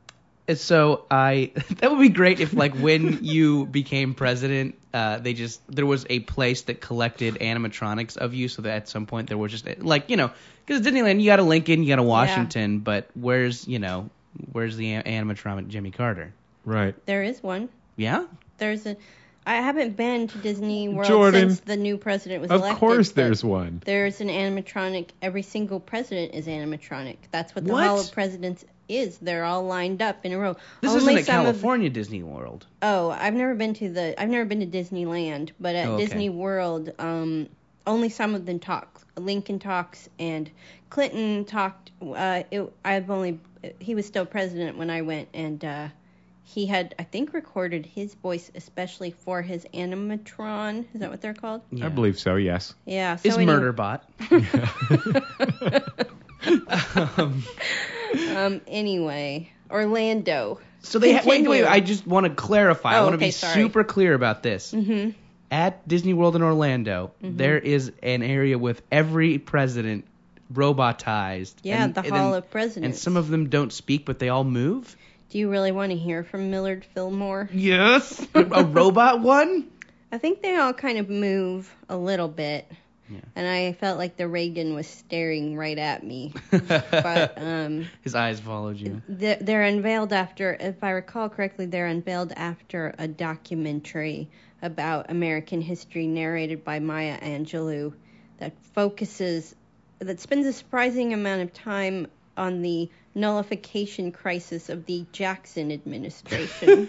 and so I that would be great if like when you became president, uh, they just there was a place that collected animatronics of you, so that at some point there was just like you know because Disneyland you got a Lincoln, you got a Washington, but where's you know where's the a- animatronic Jimmy Carter? right. There is one. Yeah, There's a. I haven't been to Disney World Jordan. since the new president was Of elected. course but there's one. There's an animatronic. Every single president is animatronic. That's what the What? Hall of Presidents is. They're all lined up in a row. this Only isn't a some of California Disney World. Oh, I've never been to the I've never been to Disneyland, but at Oh, okay. Disney World, um, only some of them talk. Lincoln talks and Clinton talked. Uh, it, I've only he was still president when I went, and uh, he had I think recorded his voice especially for his animatron. Is that what they're called? Yeah. I believe so. Yes. Yeah. So Is any- Murderbot. um, Um. Anyway, Orlando. so they ha- wait, Continue. wait. I just want to clarify. I Oh, want to okay, be sorry. super clear about this. hmm At Disney World in Orlando, Mm-hmm. there is an area with every president robotized. Yeah, and- the and Hall then- of Presidents. And some of them don't speak, but they all move. Do you really want to hear from Millard Fillmore? Yes. a robot one. I think they all kind of move a little bit. Yeah. And I felt like the Reagan was staring right at me. But um, His eyes followed you. they're, they're unveiled after, if I recall correctly, they're unveiled after a documentary about American history narrated by Maya Angelou that focuses, that spends a surprising amount of time on the nullification crisis of the Jackson administration.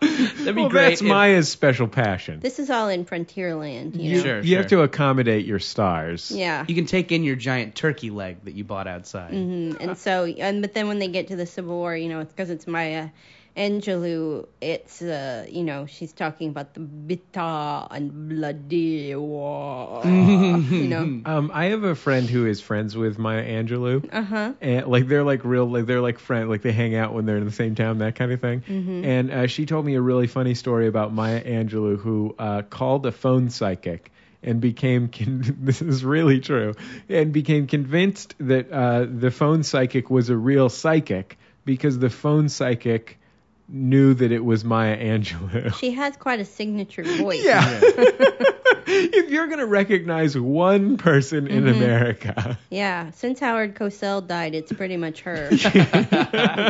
That'd be Well, great. that's if- Maya's special passion. this is all in Frontierland, you You- know. Sure, you have sure. to accommodate your stars. Yeah. You can take in your giant turkey leg that you bought outside. Mhm. And so, and but then when they get to the Civil War, you know, it's because it's Maya Angelou. It's uh, you know, she's talking about the bitter and bloody war. you know. Um, I have a friend who is friends with Maya Angelou. Uh huh. and like they're like real like they're like friend like they hang out when they're in the same town that kind of thing and uh, she told me a really funny story about maya angelou who uh, called a phone psychic and became con- this is really true and became convinced that uh, the phone psychic was a real psychic because the phone psychic knew that it was maya angelou She has quite a signature voice. yeah if you're going to recognize one person in Mm-hmm. america Yeah. Since Howard Cosell died, it's pretty much her.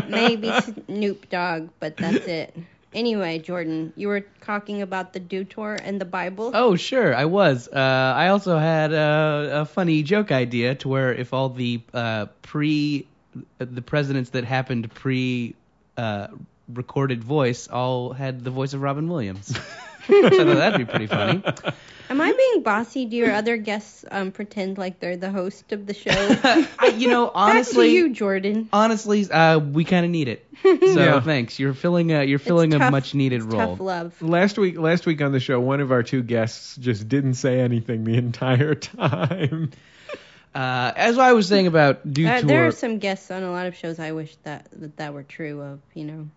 Maybe Snoop Dogg, but that's it. Anyway, Jordan, you were talking about the Dew Tour and the Bible. Oh, sure, I was. Uh, I also had a, a funny joke idea to where if all the uh, pre the presidents that happened pre uh, recorded voice all had the voice of Robin Williams. so I thought that'd be pretty funny. Am I being bossy? Do your other guests um, pretend like they're the host of the show? I, you know, Back to honestly, you, Jordan. honestly, uh, we kind of need it. So Yeah. thanks. You're filling a you're filling It's a tough- much needed it's role. Tough love. Last week, last week on the show, one of our two guests just didn't say anything the entire time. Uh, as I was saying about due Uh, tour, there are some guests on a lot of shows. I wish that that, that were true of. You know,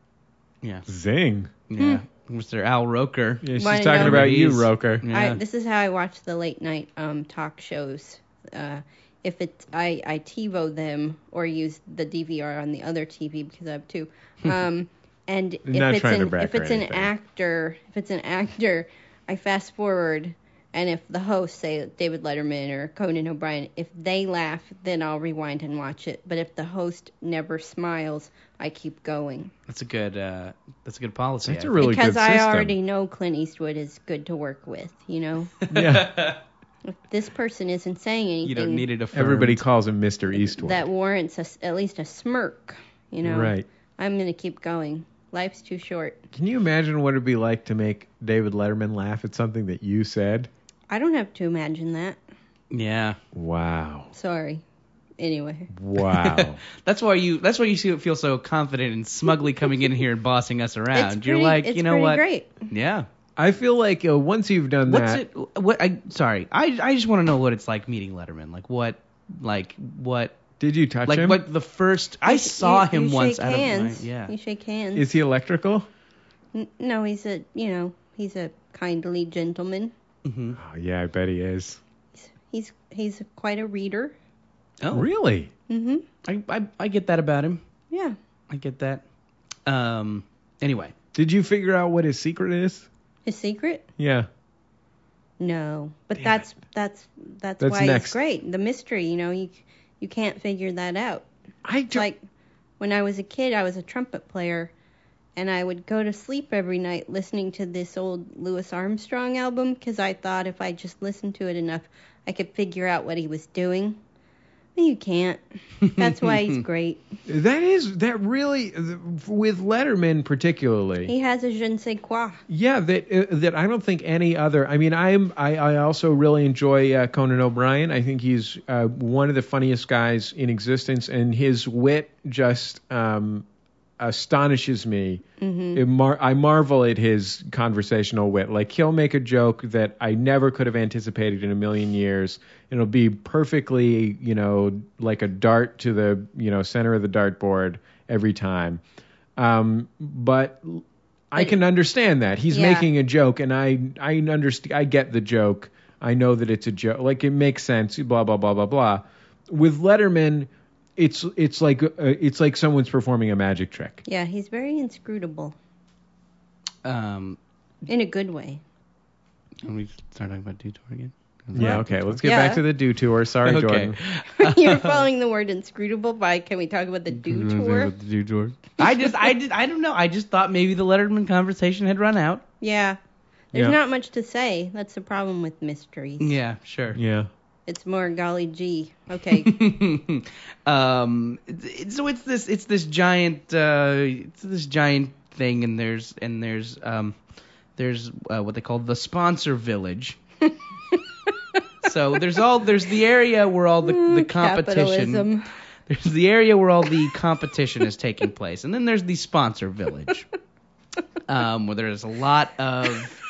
yeah, Zing. yeah, hmm. Mr. Al Roker. Yeah, she's Wanna talking know- about you, Please. Roker. Yeah. I, this is how I watch the late night um, talk shows. Uh, if it's I I TiVo them or use the DVR on the other TV because I have two. Um, and if Not it's trying to an brag if or it's an anything. actor if it's an actor, I fast forward. And if the host, say David Letterman or Conan O'Brien, if they laugh, then I'll rewind and watch it. But if the host never smiles, I keep going That's a good uh, that's a good policy. That's I a really because good I system. already know Clint Eastwood is good to work with. You know. yeah. this person isn't saying anything You don't need it affirmed. Everybody calls him Mr. Eastwood. that warrants us at least a smirk. You know, Right. I'm gonna keep going. Life's too short. Can you imagine what it'd be like to make David Letterman laugh at something that you said? I don't have to imagine that. Yeah, Wow. Sorry. Anyway, Wow. that's why you that's why you see- feel so confident and smugly coming in here and bossing us around. it's You're pretty- like, it's you know pretty what? Great. Yeah. I feel like uh, once you've done What's that, it? What? I sorry. I I just want to know what it's like meeting Letterman. Like what? Like what? did you touch Like him? what? The first I saw You- him you once. Shake out hands. Of my, yeah. You shake hands. Is he electrical? N- no, he's a you know he's a kindly gentleman. Mm-hmm. Oh, yeah, I bet he is. He's he's quite a reader. Oh, Really? Mm-hmm. I, I I get that about him. Yeah. I get that. Um. Anyway. Did you figure out what his secret is? His secret? Yeah. No, but Damn that's, that's that's That's why next. it's great. The mystery, you know, you you can't figure that out. I don't. like when I was a kid, I was a trumpet player, and I would go to sleep every night listening to this old Louis Armstrong album because I thought if I just listened to it enough, I could figure out what he was doing. But you can't. That's why he's great. That is that really with Letterman particularly. He has a je ne sais quoi. Yeah, that uh, that I don't think any other. I mean, I'm I, I also really enjoy uh, Conan O'Brien. I think he's uh, one of the funniest guys in existence, and his wit just um, astonishes me. It mar- I marvel at his conversational wit. Like he'll make a joke that I never could have anticipated in a million years. and It'll be perfectly, you know, like a dart to the you know center of the dartboard every time. Um, but I But- can understand that he's Yeah. making a joke, and I I understand. I get the joke. I know that it's a joke. Like it makes sense. Blah blah blah blah blah. With Letterman, it's it's like uh, it's like someone's performing a magic trick. Yeah, he's very inscrutable Um. in a good way. Can we start talking about Detour again? Yeah. Okay. Let's get Yeah. back to the do tour. Sorry, Okay. Jordan. You're following the word inscrutable by can we talk about Mm, the do tour? I just, I did, I don't know. I just thought maybe the Letterman conversation had run out. Yeah. There's Yeah. not much to say. That's the problem with mysteries. Yeah, sure. Yeah. It's more golly gee. Okay. um, it- so it's this it's this giant uh, it's this giant thing, and there's and there's um, there's uh, what they call the sponsor village. so there's all there's the area where all the the competition Capitalism. there's the area where all the competition is taking place, and then there's the sponsor village, um, where there's a lot of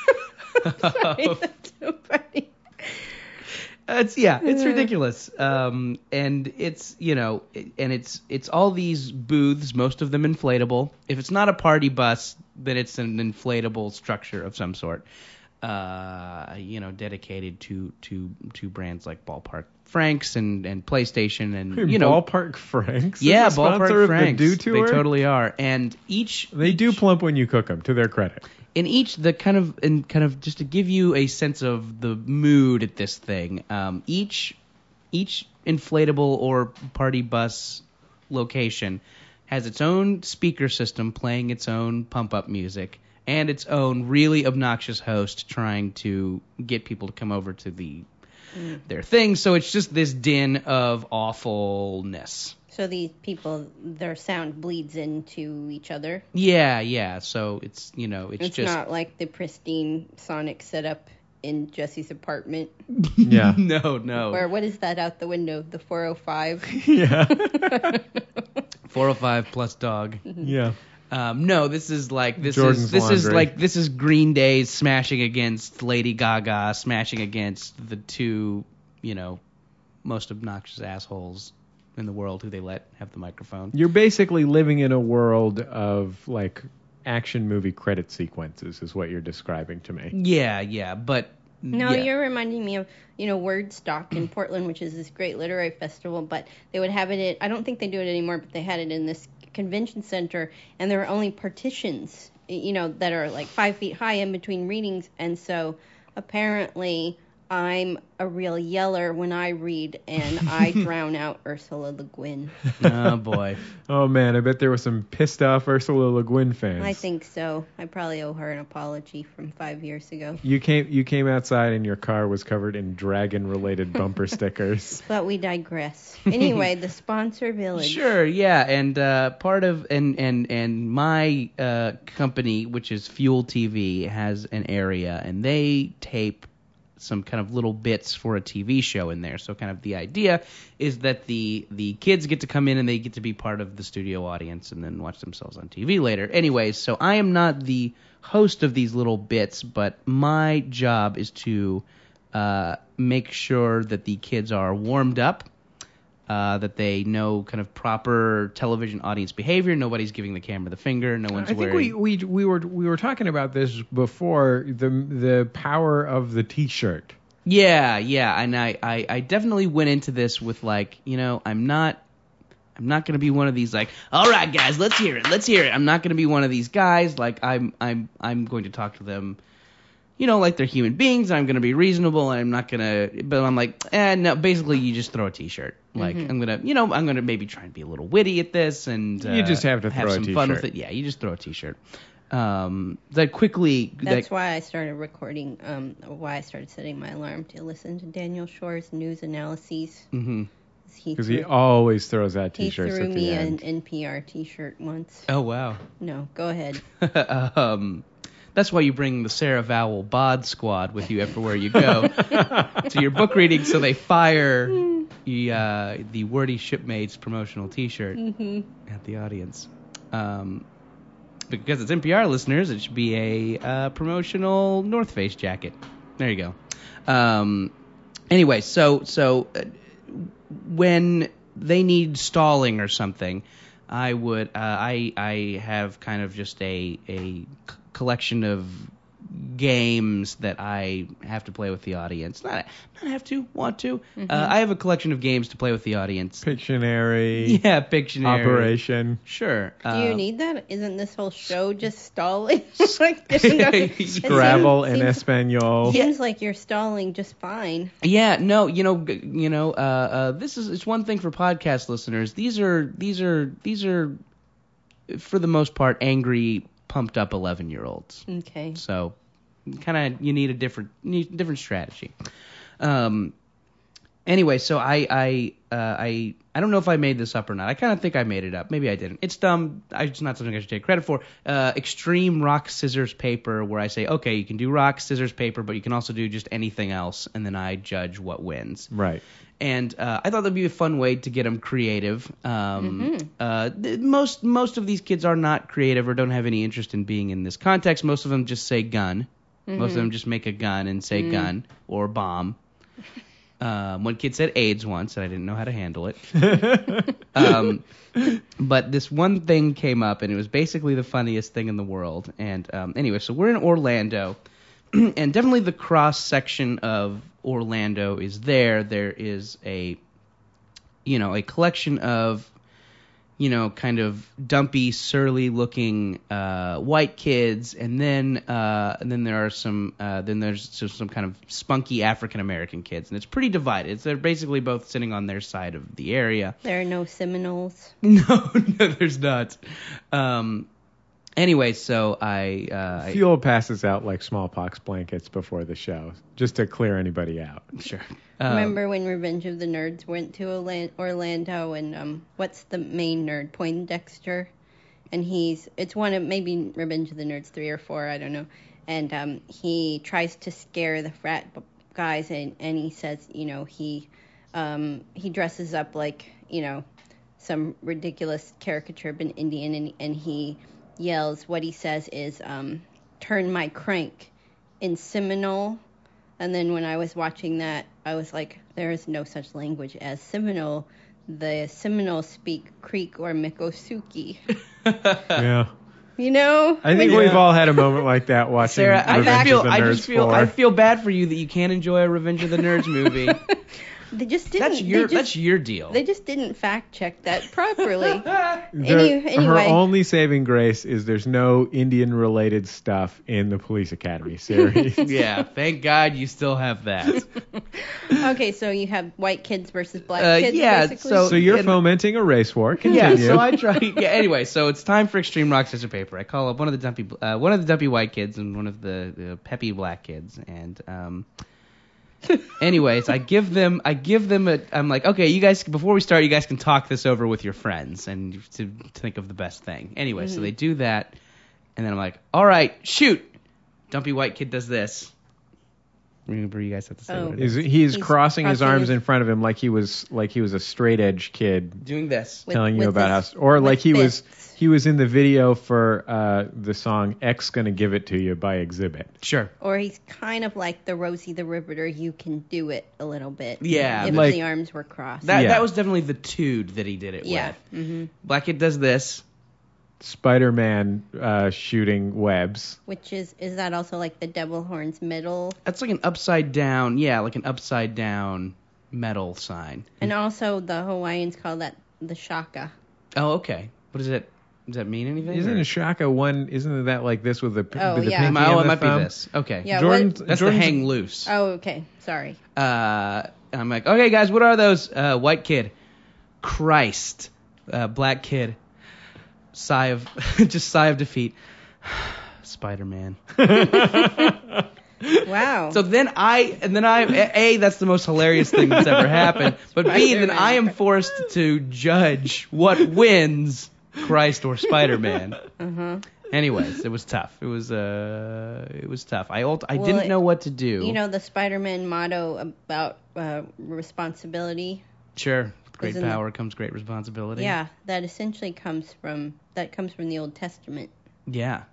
Sorry, that's so funny. It's yeah, it's ridiculous. Um, and it's you know, it- and it's it's all these booths, most of them inflatable. If it's not a party bus, then it's an inflatable structure of some sort. Uh, you know, dedicated to to to brands like Ballpark Franks and and PlayStation and you know, ballpark Franks. is yeah, a sponsor Ballpark of the Franks. Dew They Tour? totally are. And each They do plump when you cook them. To their credit, in each the kind of and kind of just to give you a sense of the mood at this thing um, each each inflatable or party bus location has its own speaker system playing its own pump up music and its own really obnoxious host trying to get people to come over to the their thing so it's just this din of awfulness So these people, their sound bleeds into each other. yeah yeah so it's you know it's, It's just not like the pristine sonic setup in Jesse's apartment. yeah, no no Or what is that out the window? The 405? yeah, 405 plus dog yeah. Um, no, this is like this Jordan's is this is laundry. like this is Green Day smashing against Lady Gaga, smashing against the two, you know, most obnoxious assholes in the world who they let have the microphone. You're basically living in a world of like action movie credit sequences, is what you're describing to me. Yeah, yeah, but No, yeah. you're reminding me of, you know, Wordstock in Portland, which is this great literary festival, but they would have it at, I don't think they do it anymore, but they had it in this convention center, and there were only partitions, y- you know, that are like five feet high in between readings. And so apparently I'm a real yeller when I read, and I drown out Ursula Le Guin. oh boy. Oh man, I bet there were some pissed off Ursula Le Guin fans. I think so. I probably owe her an apology from five years ago. you came you came outside and your car was covered in dragon related bumper stickers. But we digress. Anyway, the sponsor village. Sure, yeah, and uh, part of and and and my uh, company, which is Fuel TV, has an area, and they tape some kind of little bits for a TV show in there. So kind of the idea is that the the kids get to come in and they get to be part of the studio audience and then watch themselves on TV later. Anyways, so I am not the host of these little bits, but my job is to uh, make sure that the kids are warmed up uh, that they know kind of proper television audience behavior. Nobody's giving the camera the finger. No one's I think wearing. we, we we were we were talking about this before the the power of the t-shirt. Yeah, yeah, and I, I, I definitely went into this with like, you know, I'm not. I'm not gonna be one of these like, all right, guys, let's hear it, let's hear it. I'm not gonna be one of these guys like, I'm, I'm, I'm going to talk to them, you know, like they're human beings. I'm gonna be reasonable, and I'm not gonna. But I'm like, eh, no. Basically, you just throw a t-shirt. Like, Mm-hmm. I'm gonna, you know, I'm gonna maybe try and be a little witty at this, and uh, You just have to throw a some fun with t-shirt. it. Yeah, you just throw a t-shirt. Um, that quickly, That's that, why I started recording, um, why I started setting my alarm to listen to Daniel Shore's news analyses. hmm He Because Mm, he threw, always throws out he t-shirts threw at the me end. an NPR T-shirt once. Oh wow. No, go ahead. um, that's why you bring the Sarah Vowell Bod Squad with you everywhere you go to your book reading, so they fire the, uh, the wordy shipmates promotional T-shirt at the audience. Um, because it's NPR listeners, it should be a uh, promotional North Face jacket. There you go. Um, anyway, so so uh, when they need stalling or something, I would uh, I I have kind of just a a c- collection of games that I have to play with the audience. Not not have to want to. Uh, I have a collection of games to play with the audience. Pictionary Yeah, Pictionary. operation. Sure. Do you Uh, um, need that? Isn't this whole show just stalling? like, there's no, it seems- Scrabble in seems- Espanol. Seems like you're stalling just fine. Yeah, no, you know, g- you know, uh, uh, this is it's one thing for podcast listeners. These are these are these are, for the most part, angry, pumped up eleven year olds. Okay. So, kind of, you need a different need different strategy. Um, anyway, so I I uh, I I don't know if I made this up or not. I kind of think I made it up. Maybe I didn't. It's dumb. I, it's not something I should take credit for. Uh, extreme rock scissors paper, where I say, okay, you can do rock scissors paper, but you can also do just anything else, and then I judge what wins. Right. And uh, I thought that'd be a fun way to get them creative. Um, uh, th- most most of these kids are not creative or don't have any interest in being in this context. Most of them just say gun. Most of them just make a gun and say gun or bomb. Um, one kid said AIDS once, and I didn't know how to handle it. um, but this one thing came up, and it was basically the funniest thing in the world. And um, anyway, so we're in Orlando, and definitely the cross section of Orlando is there. There is a, you know, a collection of, you know, kind of dumpy, surly-looking uh, white kids, and then uh, and then there are some uh, then there's so- some kind of spunky African American kids, and it's pretty divided. It's, they're basically both sitting on their side of the area. There are no Seminoles. No, no, there's not. Um, anyway, so I, uh, I Fuel passes out like smallpox blankets before the show, just to clear anybody out. sure. um, Remember when Revenge of the Nerds went to Orlan- Orlando and um, what's the main nerd, Poindexter, and he's it's one of maybe Revenge of the Nerds three or four, I don't know, and um, he tries to scare the frat b- guys and and he says you know he um, he dresses up like you know some ridiculous caricature of an Indian and and he yells what he says is um, turn my crank in Seminole. And then when I was watching that, I was like, there is no such language as Seminole. The Seminoles speak Creek or Miccosukee. yeah. You know? I think When- we've all had a moment like that watching Sarah, I Revenge just feel, of the I Nerds just feel, 4. I feel bad for you that you can't enjoy a Revenge of the Nerds movie. they just didn't. that's your, they, just, that's your deal. they just didn't fact check that properly. There- Any- Her anyway. only saving grace is there's no Indian related stuff in the Police Academy series. yeah, thank God you still have that. okay, so you have white kids versus black Uh, kids. yeah, basically. so- so you're And- fomenting a race war. Yeah, Continue. so I try. Yeah, anyway, so it's time for extreme rock scissors paper. I call up one of the dumpy, uh, one of the dumpy white kids and one of the, the peppy black kids, and um. anyways, I give them, I give them a, I'm like, okay, you guys, before we start, you guys can talk this over with your friends and to, to think of the best thing. Anyway, so they do that, and then I'm like, all right, shoot, dumpy white kid does this. Remember, you guys have to say Oh. what it He's, is. he is He's crossing his crossing arms his- in front of him like he was like he was a straight edge kid Doing this. With- telling you with about his- how or with like he was fists. he was in the video for uh, the song X gonna give it to you by Exhibit. Sure. Or he's kind of like the Rosie the Riveter. You can do it a little bit. Yeah, If like- the arms were crossed. That Yeah. that was definitely the tude that he did it yeah. with. hmm Black kid does this. Spider-Man uh, shooting webs. Which is, is that also like the Devil Horns middle That's like an upside down, yeah, like an upside down metal sign. And also, the Hawaiians call that the shaka. Oh, okay. What does that? Does that mean anything? Isn't or- a shaka one? Isn't that like this with the p- Mm-hmm. Oh, with the yeah. pinky Oh, and it the might thumb? be this. Okay. Yeah, Jordan's, That's the Jordan's hang loose. Oh, okay. Sorry. Uh, and I'm like, okay, guys, what are those? Uh, white kid, Christ, uh, black kid, sigh of, just sigh of defeat, Spider Man. Wow. So then I, and then I, A, that's the most hilarious thing that's ever happened. But B, then Spider-Man. I am forced to judge what wins Christ or Spider Man. uh-huh. Anyways, it was tough. It was, uh, it was tough. I, ult- I Well, didn't it- know what to do. You know the Spider-Man motto about uh, responsibility. sure. with Great Isn't that- power comes great responsibility. Yeah, that essentially comes from that comes from the Old Testament. Yeah.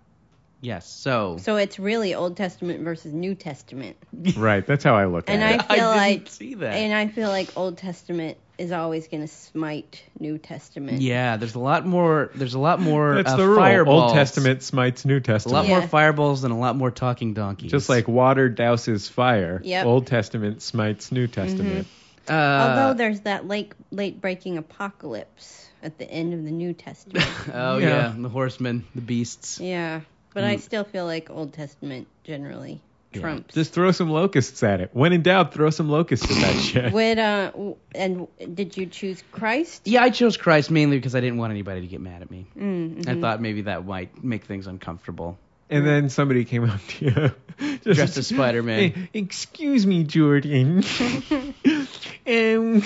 Yes. So, So it's really Old Testament versus New Testament. Right. That's how I look And at I it. I feel didn't like see that. and I feel like Old Testament is always going to smite New Testament. yeah, there's a lot more. There's a lot more. That's uh, the rule. Fireballs, Old Testament smites New A lot Testament. more Yeah. fireballs and a lot more talking donkeys. Just like water douses fire, Yep. Old Testament smites New Testament. uh, Although there's that late late breaking apocalypse at the end of the New Testament. Oh Yeah. yeah, the horsemen, the beasts. Yeah, but Mm. I still feel like Old Testament generally trumps. Just throw some locusts at it. When in doubt, throw some locusts at that shit. Would uh, w- and did you choose Christ? Yeah, I chose Christ mainly because I didn't want anybody to get mad at me. Mm, mhm. I thought maybe that might make things uncomfortable. And then somebody came up to you, just- Dressed as Spider-Man. "Eh, Excuse me, Jordan. Um,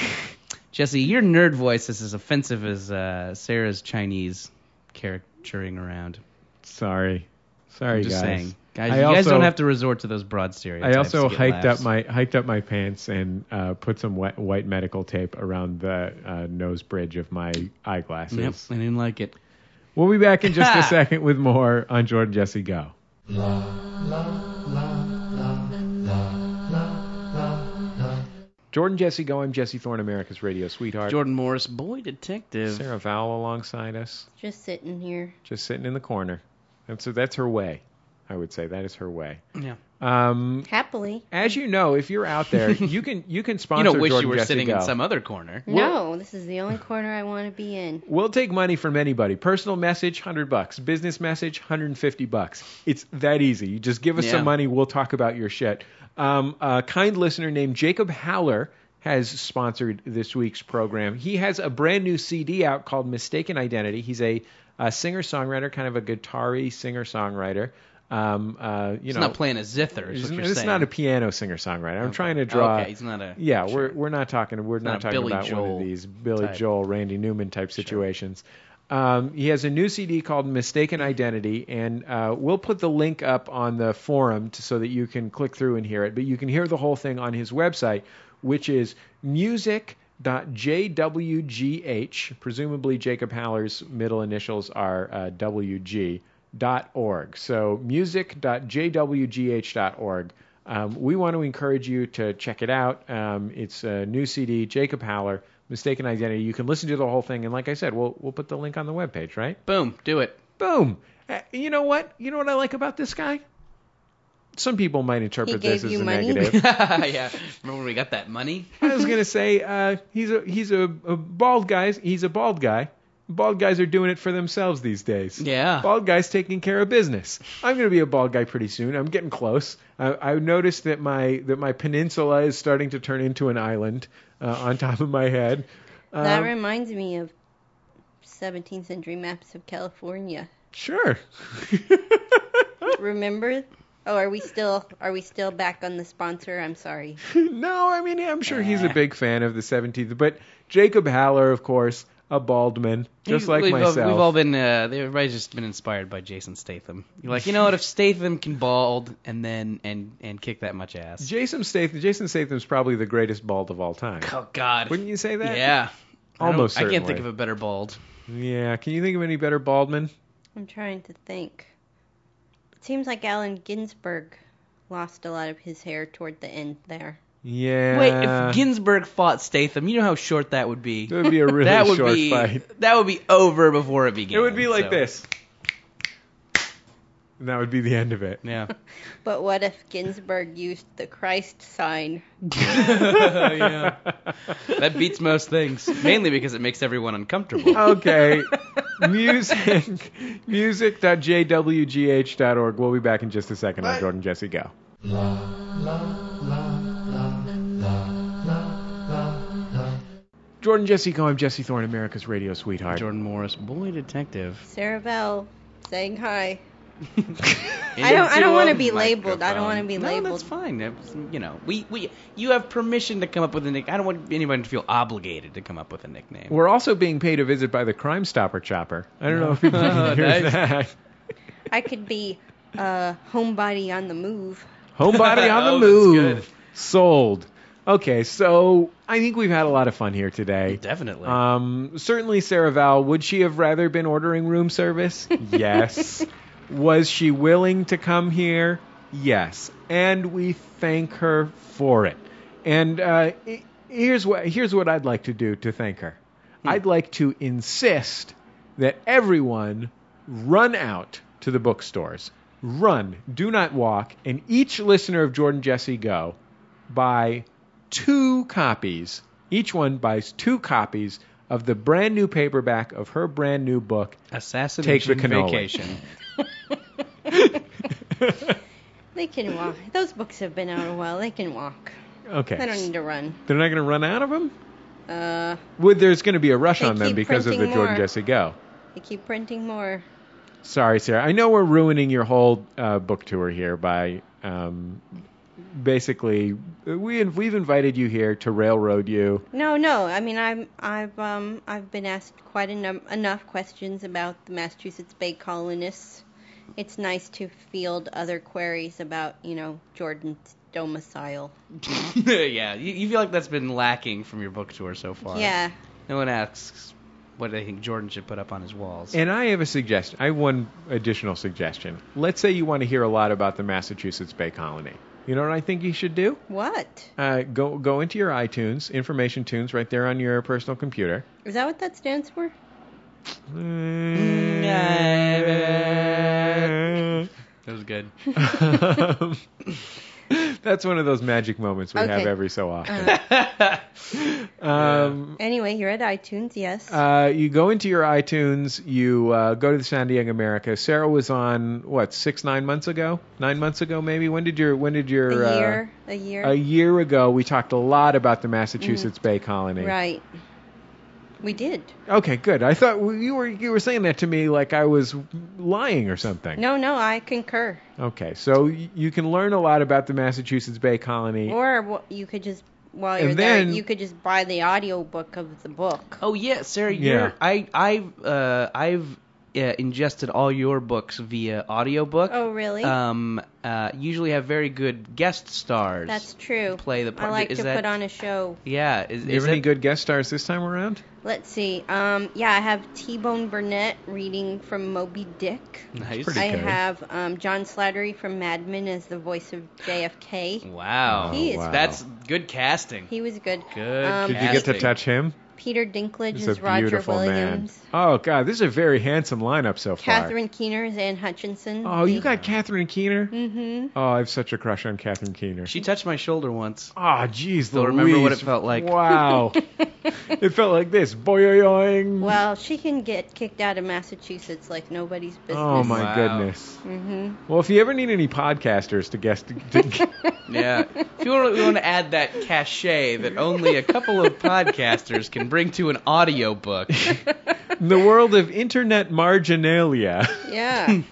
Jesse, your nerd voice is as offensive as uh, Sarah's Chinese caricaturing around. sorry, sorry, I'm just guys. saying, guys, I you guys also- don't have to resort to those broad stereotypes. I also to get hiked laughs. up my hiked up my pants and uh, put some wet, white medical tape around the uh, nose bridge of my eyeglasses. Yep, I didn't like it. We'll be back in just a second with more on Jordan Jesse Go. Jordan Jesse Go, I'm Jesse Thorne, America's radio sweetheart. Jordan Morris, boy detective. Sarah Vowell alongside us, Just sitting here. just sitting in the corner. And so that's her way, I would say. That is her way. Yeah. Um, Happily. as you know, if you're out there, you can you can You sponsor don't wish Jordan you were Jesse sitting Go. in some other corner. No, this is the only corner I want to be in. We'll take money from anybody. Personal message, 100 bucks. Business message, 150 bucks. It's that easy. You just give us Yeah. some money, we'll talk about your shit. Um, a kind listener named Jacob Howler has sponsored this week's program. He has a brand new CD out called Mistaken Identity. He's a, a singer-songwriter, kind of a guitar-y singer-songwriter. Um, uh, you He's know, not playing a zither. Is it's, what you're it's saying. not a piano singer-songwriter. I'm trying to draw. Okay, he's not a. Yeah, sure. we're we're not talking we're not, not a talking Billy about one Joel of these Billy type. Joel, Randy Newman type situations. Um, he has a new CD called Mistaken Identity, and uh, we'll put the link up on the forum to, so that you can click through and hear it. But you can hear the whole thing on his website, which is music.jwgh. Presumably, Jacob Haller's middle initials are uh, WG. Dot org. So music.jwgh.org. Um, we want to encourage you to check it out. Um, it's a new CD, Jacob Howler, Mistaken Identity. You can listen to the whole thing, and like I said, we'll we'll put the link on the webpage, right? Boom, do it. Boom. Uh, you know what? You know what I like about this guy? Some people might interpret gave this as you a money? negative. yeah. Remember when we got that money? I was gonna say uh, he's a he's a, a bald guy. He's a bald guy. Bald guys are doing it for themselves these days. Yeah. Bald guy's taking care of business. I'm going to be a bald guy pretty soon. I'm getting close. I, I noticed that my that my peninsula is starting to turn into an island uh, on top of my head. that Uh, Um, reminds me of 17th century maps of California. Sure. Remember? Oh, are we still are we still back on the sponsor? I'm sorry. no, I mean I'm sure Ah. he's a big fan of the 17th, but Jacob Haller, of course, a bald man, just We've- like we've myself. All, we've all been, uh, everybody's just been inspired by Jason Statham. You're like, you know what? If Statham can bald and then and and kick that much ass, Jason Statham. Jason Statham's probably the greatest bald of all time. oh god, Wouldn't you say that? yeah, I don't- Almost I, can't think certainly. of a better bald. Yeah. Can you think of any better bald man? I'm trying to think. It seems like Allen Ginsberg lost a lot of his hair toward the end there. Yeah. Wait, if Ginsburg fought Statham, you know how short that would be. that would be a really that would short be fight. that would be over before it began. It would be like so- this. And that would be the end of it. Yeah. But what if Ginsberg used the Christ sign? yeah. That beats most things, mainly because it makes everyone uncomfortable. Okay. Music. Music.jwgh.org. We'll be back in just a second on Jordan Jesse Go. Jordan Jesse Go. I'm Jesse Thorne, America's radio sweetheart. Jordan Morris, boy detective. Sarah Bell saying hi. I I don't I don't want to be labeled. I don't want to be um, no, labeled. that's fine. That's- You know, we, we you have permission to come up with a nick. I don't want anyone to feel obligated to come up with a nickname. We're also being paid a visit by the Crime Stopper Chopper. I don't know if people Oh, can hear nice. that. I could be uh, homebody on the move. Homebody on the Oh, that's good. move. Sold. Okay, so I think we've had a lot of fun here today. Definitely. Um, certainly, Sarah Val, would she have rather been ordering room service? Yes. Was she willing to come here? Yes. And we thank her for it. And uh, i- here's what here's what I'd like to do to thank her. I'd like to insist that everyone run out to the bookstores. Run, do not walk, and each listener of Jordan Jesse Go buy two copies. Each one buys two copies of the brand new paperback of her brand new book. Assassination take the cannoli. vacation. They can walk. Those books have been out a while. They can walk. Okay. They don't need to run. They're not going to run out of them? Uh, Well, there's going to be a rush They on them keep because of the printing Jordan more. Jesse Go. they keep printing more. Sorry, Sarah. I know we're ruining your whole uh, book tour here by um, basically we we've invited you here to railroad you. No, no. I mean, I'm, I've, um, I've been asked quite enou- enough questions about the Massachusetts Bay colonists. It's nice to field other queries about, you know, Jordan's domicile. yeah, you, you feel like that's been lacking from your book tour so far. Yeah. No one asks what they think Jordan should put up on his walls. And I have a suggestion. I have one additional suggestion. Let's say you want to hear a lot about the Massachusetts Bay Colony. You know what I think you should do? What? Uh, go go into your iTunes information tunes right there on your personal computer. Is that what that stands for? that was good. That's one of those magic moments we have Okay. every so often. um, Anyway, you're at iTunes, yes. Uh, you go into your iTunes, you uh, go to the San Diego America. Sarah was on what six, nine months ago, nine months ago maybe. When did your when did a your year. A year. Uh, a year ago we talked a lot about the Massachusetts Bay Colony. Mm-hmm. Right. We did. Okay, good. I thought w- you were you were saying that to me like I was lying or something. No, no, I concur. Okay, so y- you can learn a lot about the Massachusetts Bay Colony. Or wh- you could just while you're And then- there, you could just buy the audio book of the book. Oh yeah, Sarah. Yeah. You're, I I've uh, I've uh, ingested all your books via audiobook. Oh, really? Um, uh, usually have very good guest stars. That's true. Play the part. I like Is to that- put on a show. Yeah. Is, Do you is have any that- good guest stars this time around? Let's see. Um, yeah, I have T-Bone Burnett reading from Moby Dick. Nice. Pretty I good. have um, John Slattery from Mad Men as the voice of Mm. JFK. Wow. He is- Wow. That's good casting. He was good. Good Um, Did you get to Fantastic. touch him? Peter Dinklage He's is a Roger beautiful Williams. man. Oh God, this is a very handsome lineup so far. Catherine Keener is Anne Hutchinson. Oh, you got Catherine Keener? Mm-hmm. Oh, I have such a crush on Catherine Keener. she touched my shoulder once. Oh, jeez, Still Louise. remember what it felt like. Wow. it felt like this. Boyoyoing. Well, she can get kicked out of Massachusetts like nobody's business. Oh my Wow. goodness. hmm Well, if you ever need any podcasters to guest, to, Yeah. if you want, we want to add that cachet that only a couple of podcasters can bring to an audiobook. in the world of internet marginalia, Yeah,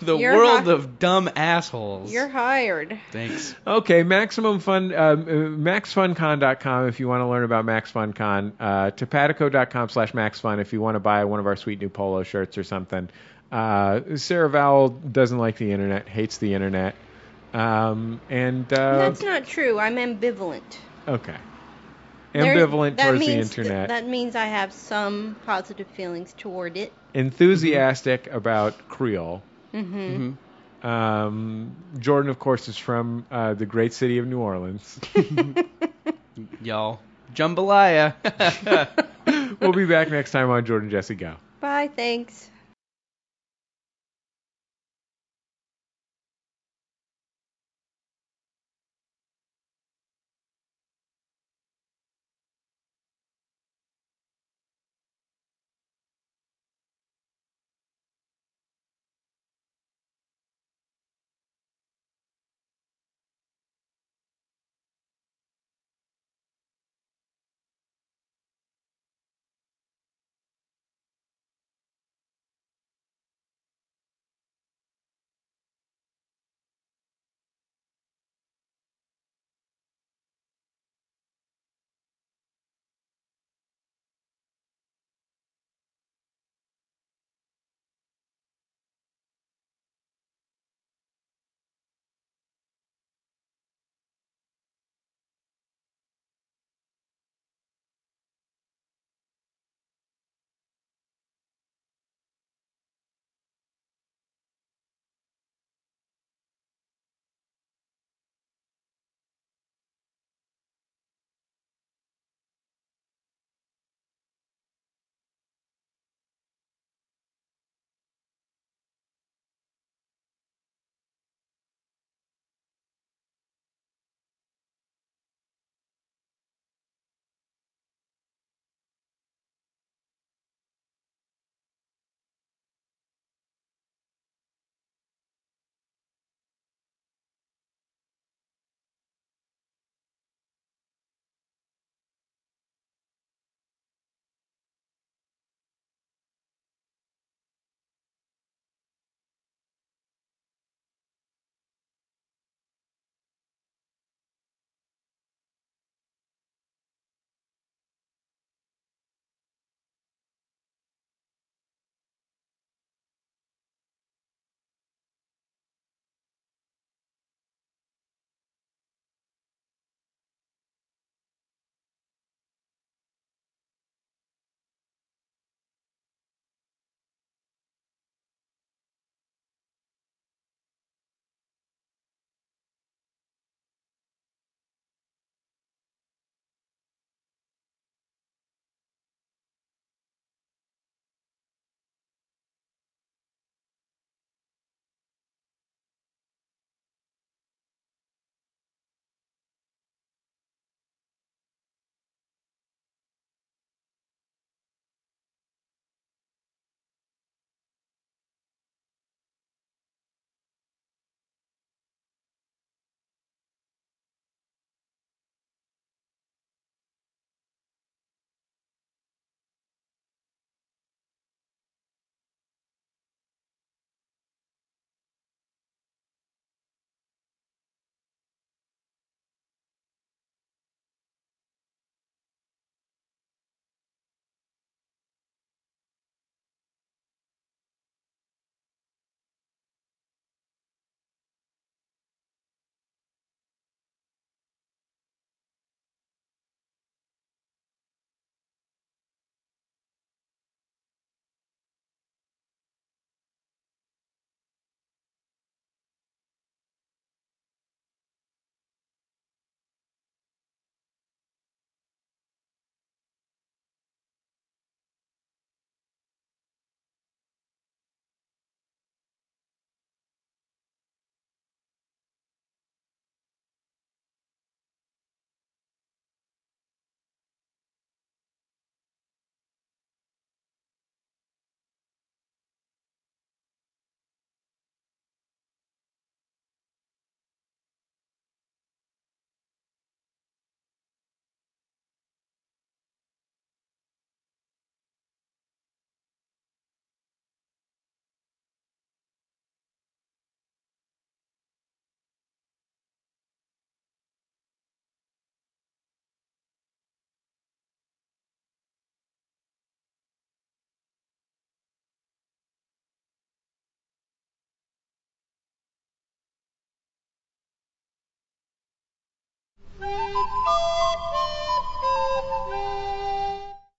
The You're world hi- of dumb assholes. you're hired. Thanks. okay, maximum fun, um, uh, maxfuncon.com if you want to learn about MaxFunCon, uh, topatico.com slash maxfun if you want to buy one of our sweet new polo shirts or something. Uh, Sarah Vowell doesn't like the internet, hates the internet, um, and uh, That's not true. I'm ambivalent. Okay. There- Ambivalent that towards the means- internet. that means I have some positive feelings toward it. Enthusiastic about Creole. Mm-hmm. hmm Um, Jordan, of course, is from uh, the great city of New Orleans. Y'all. Jambalaya. we'll be back next time on Jordan Jesse Go. Bye. Thanks.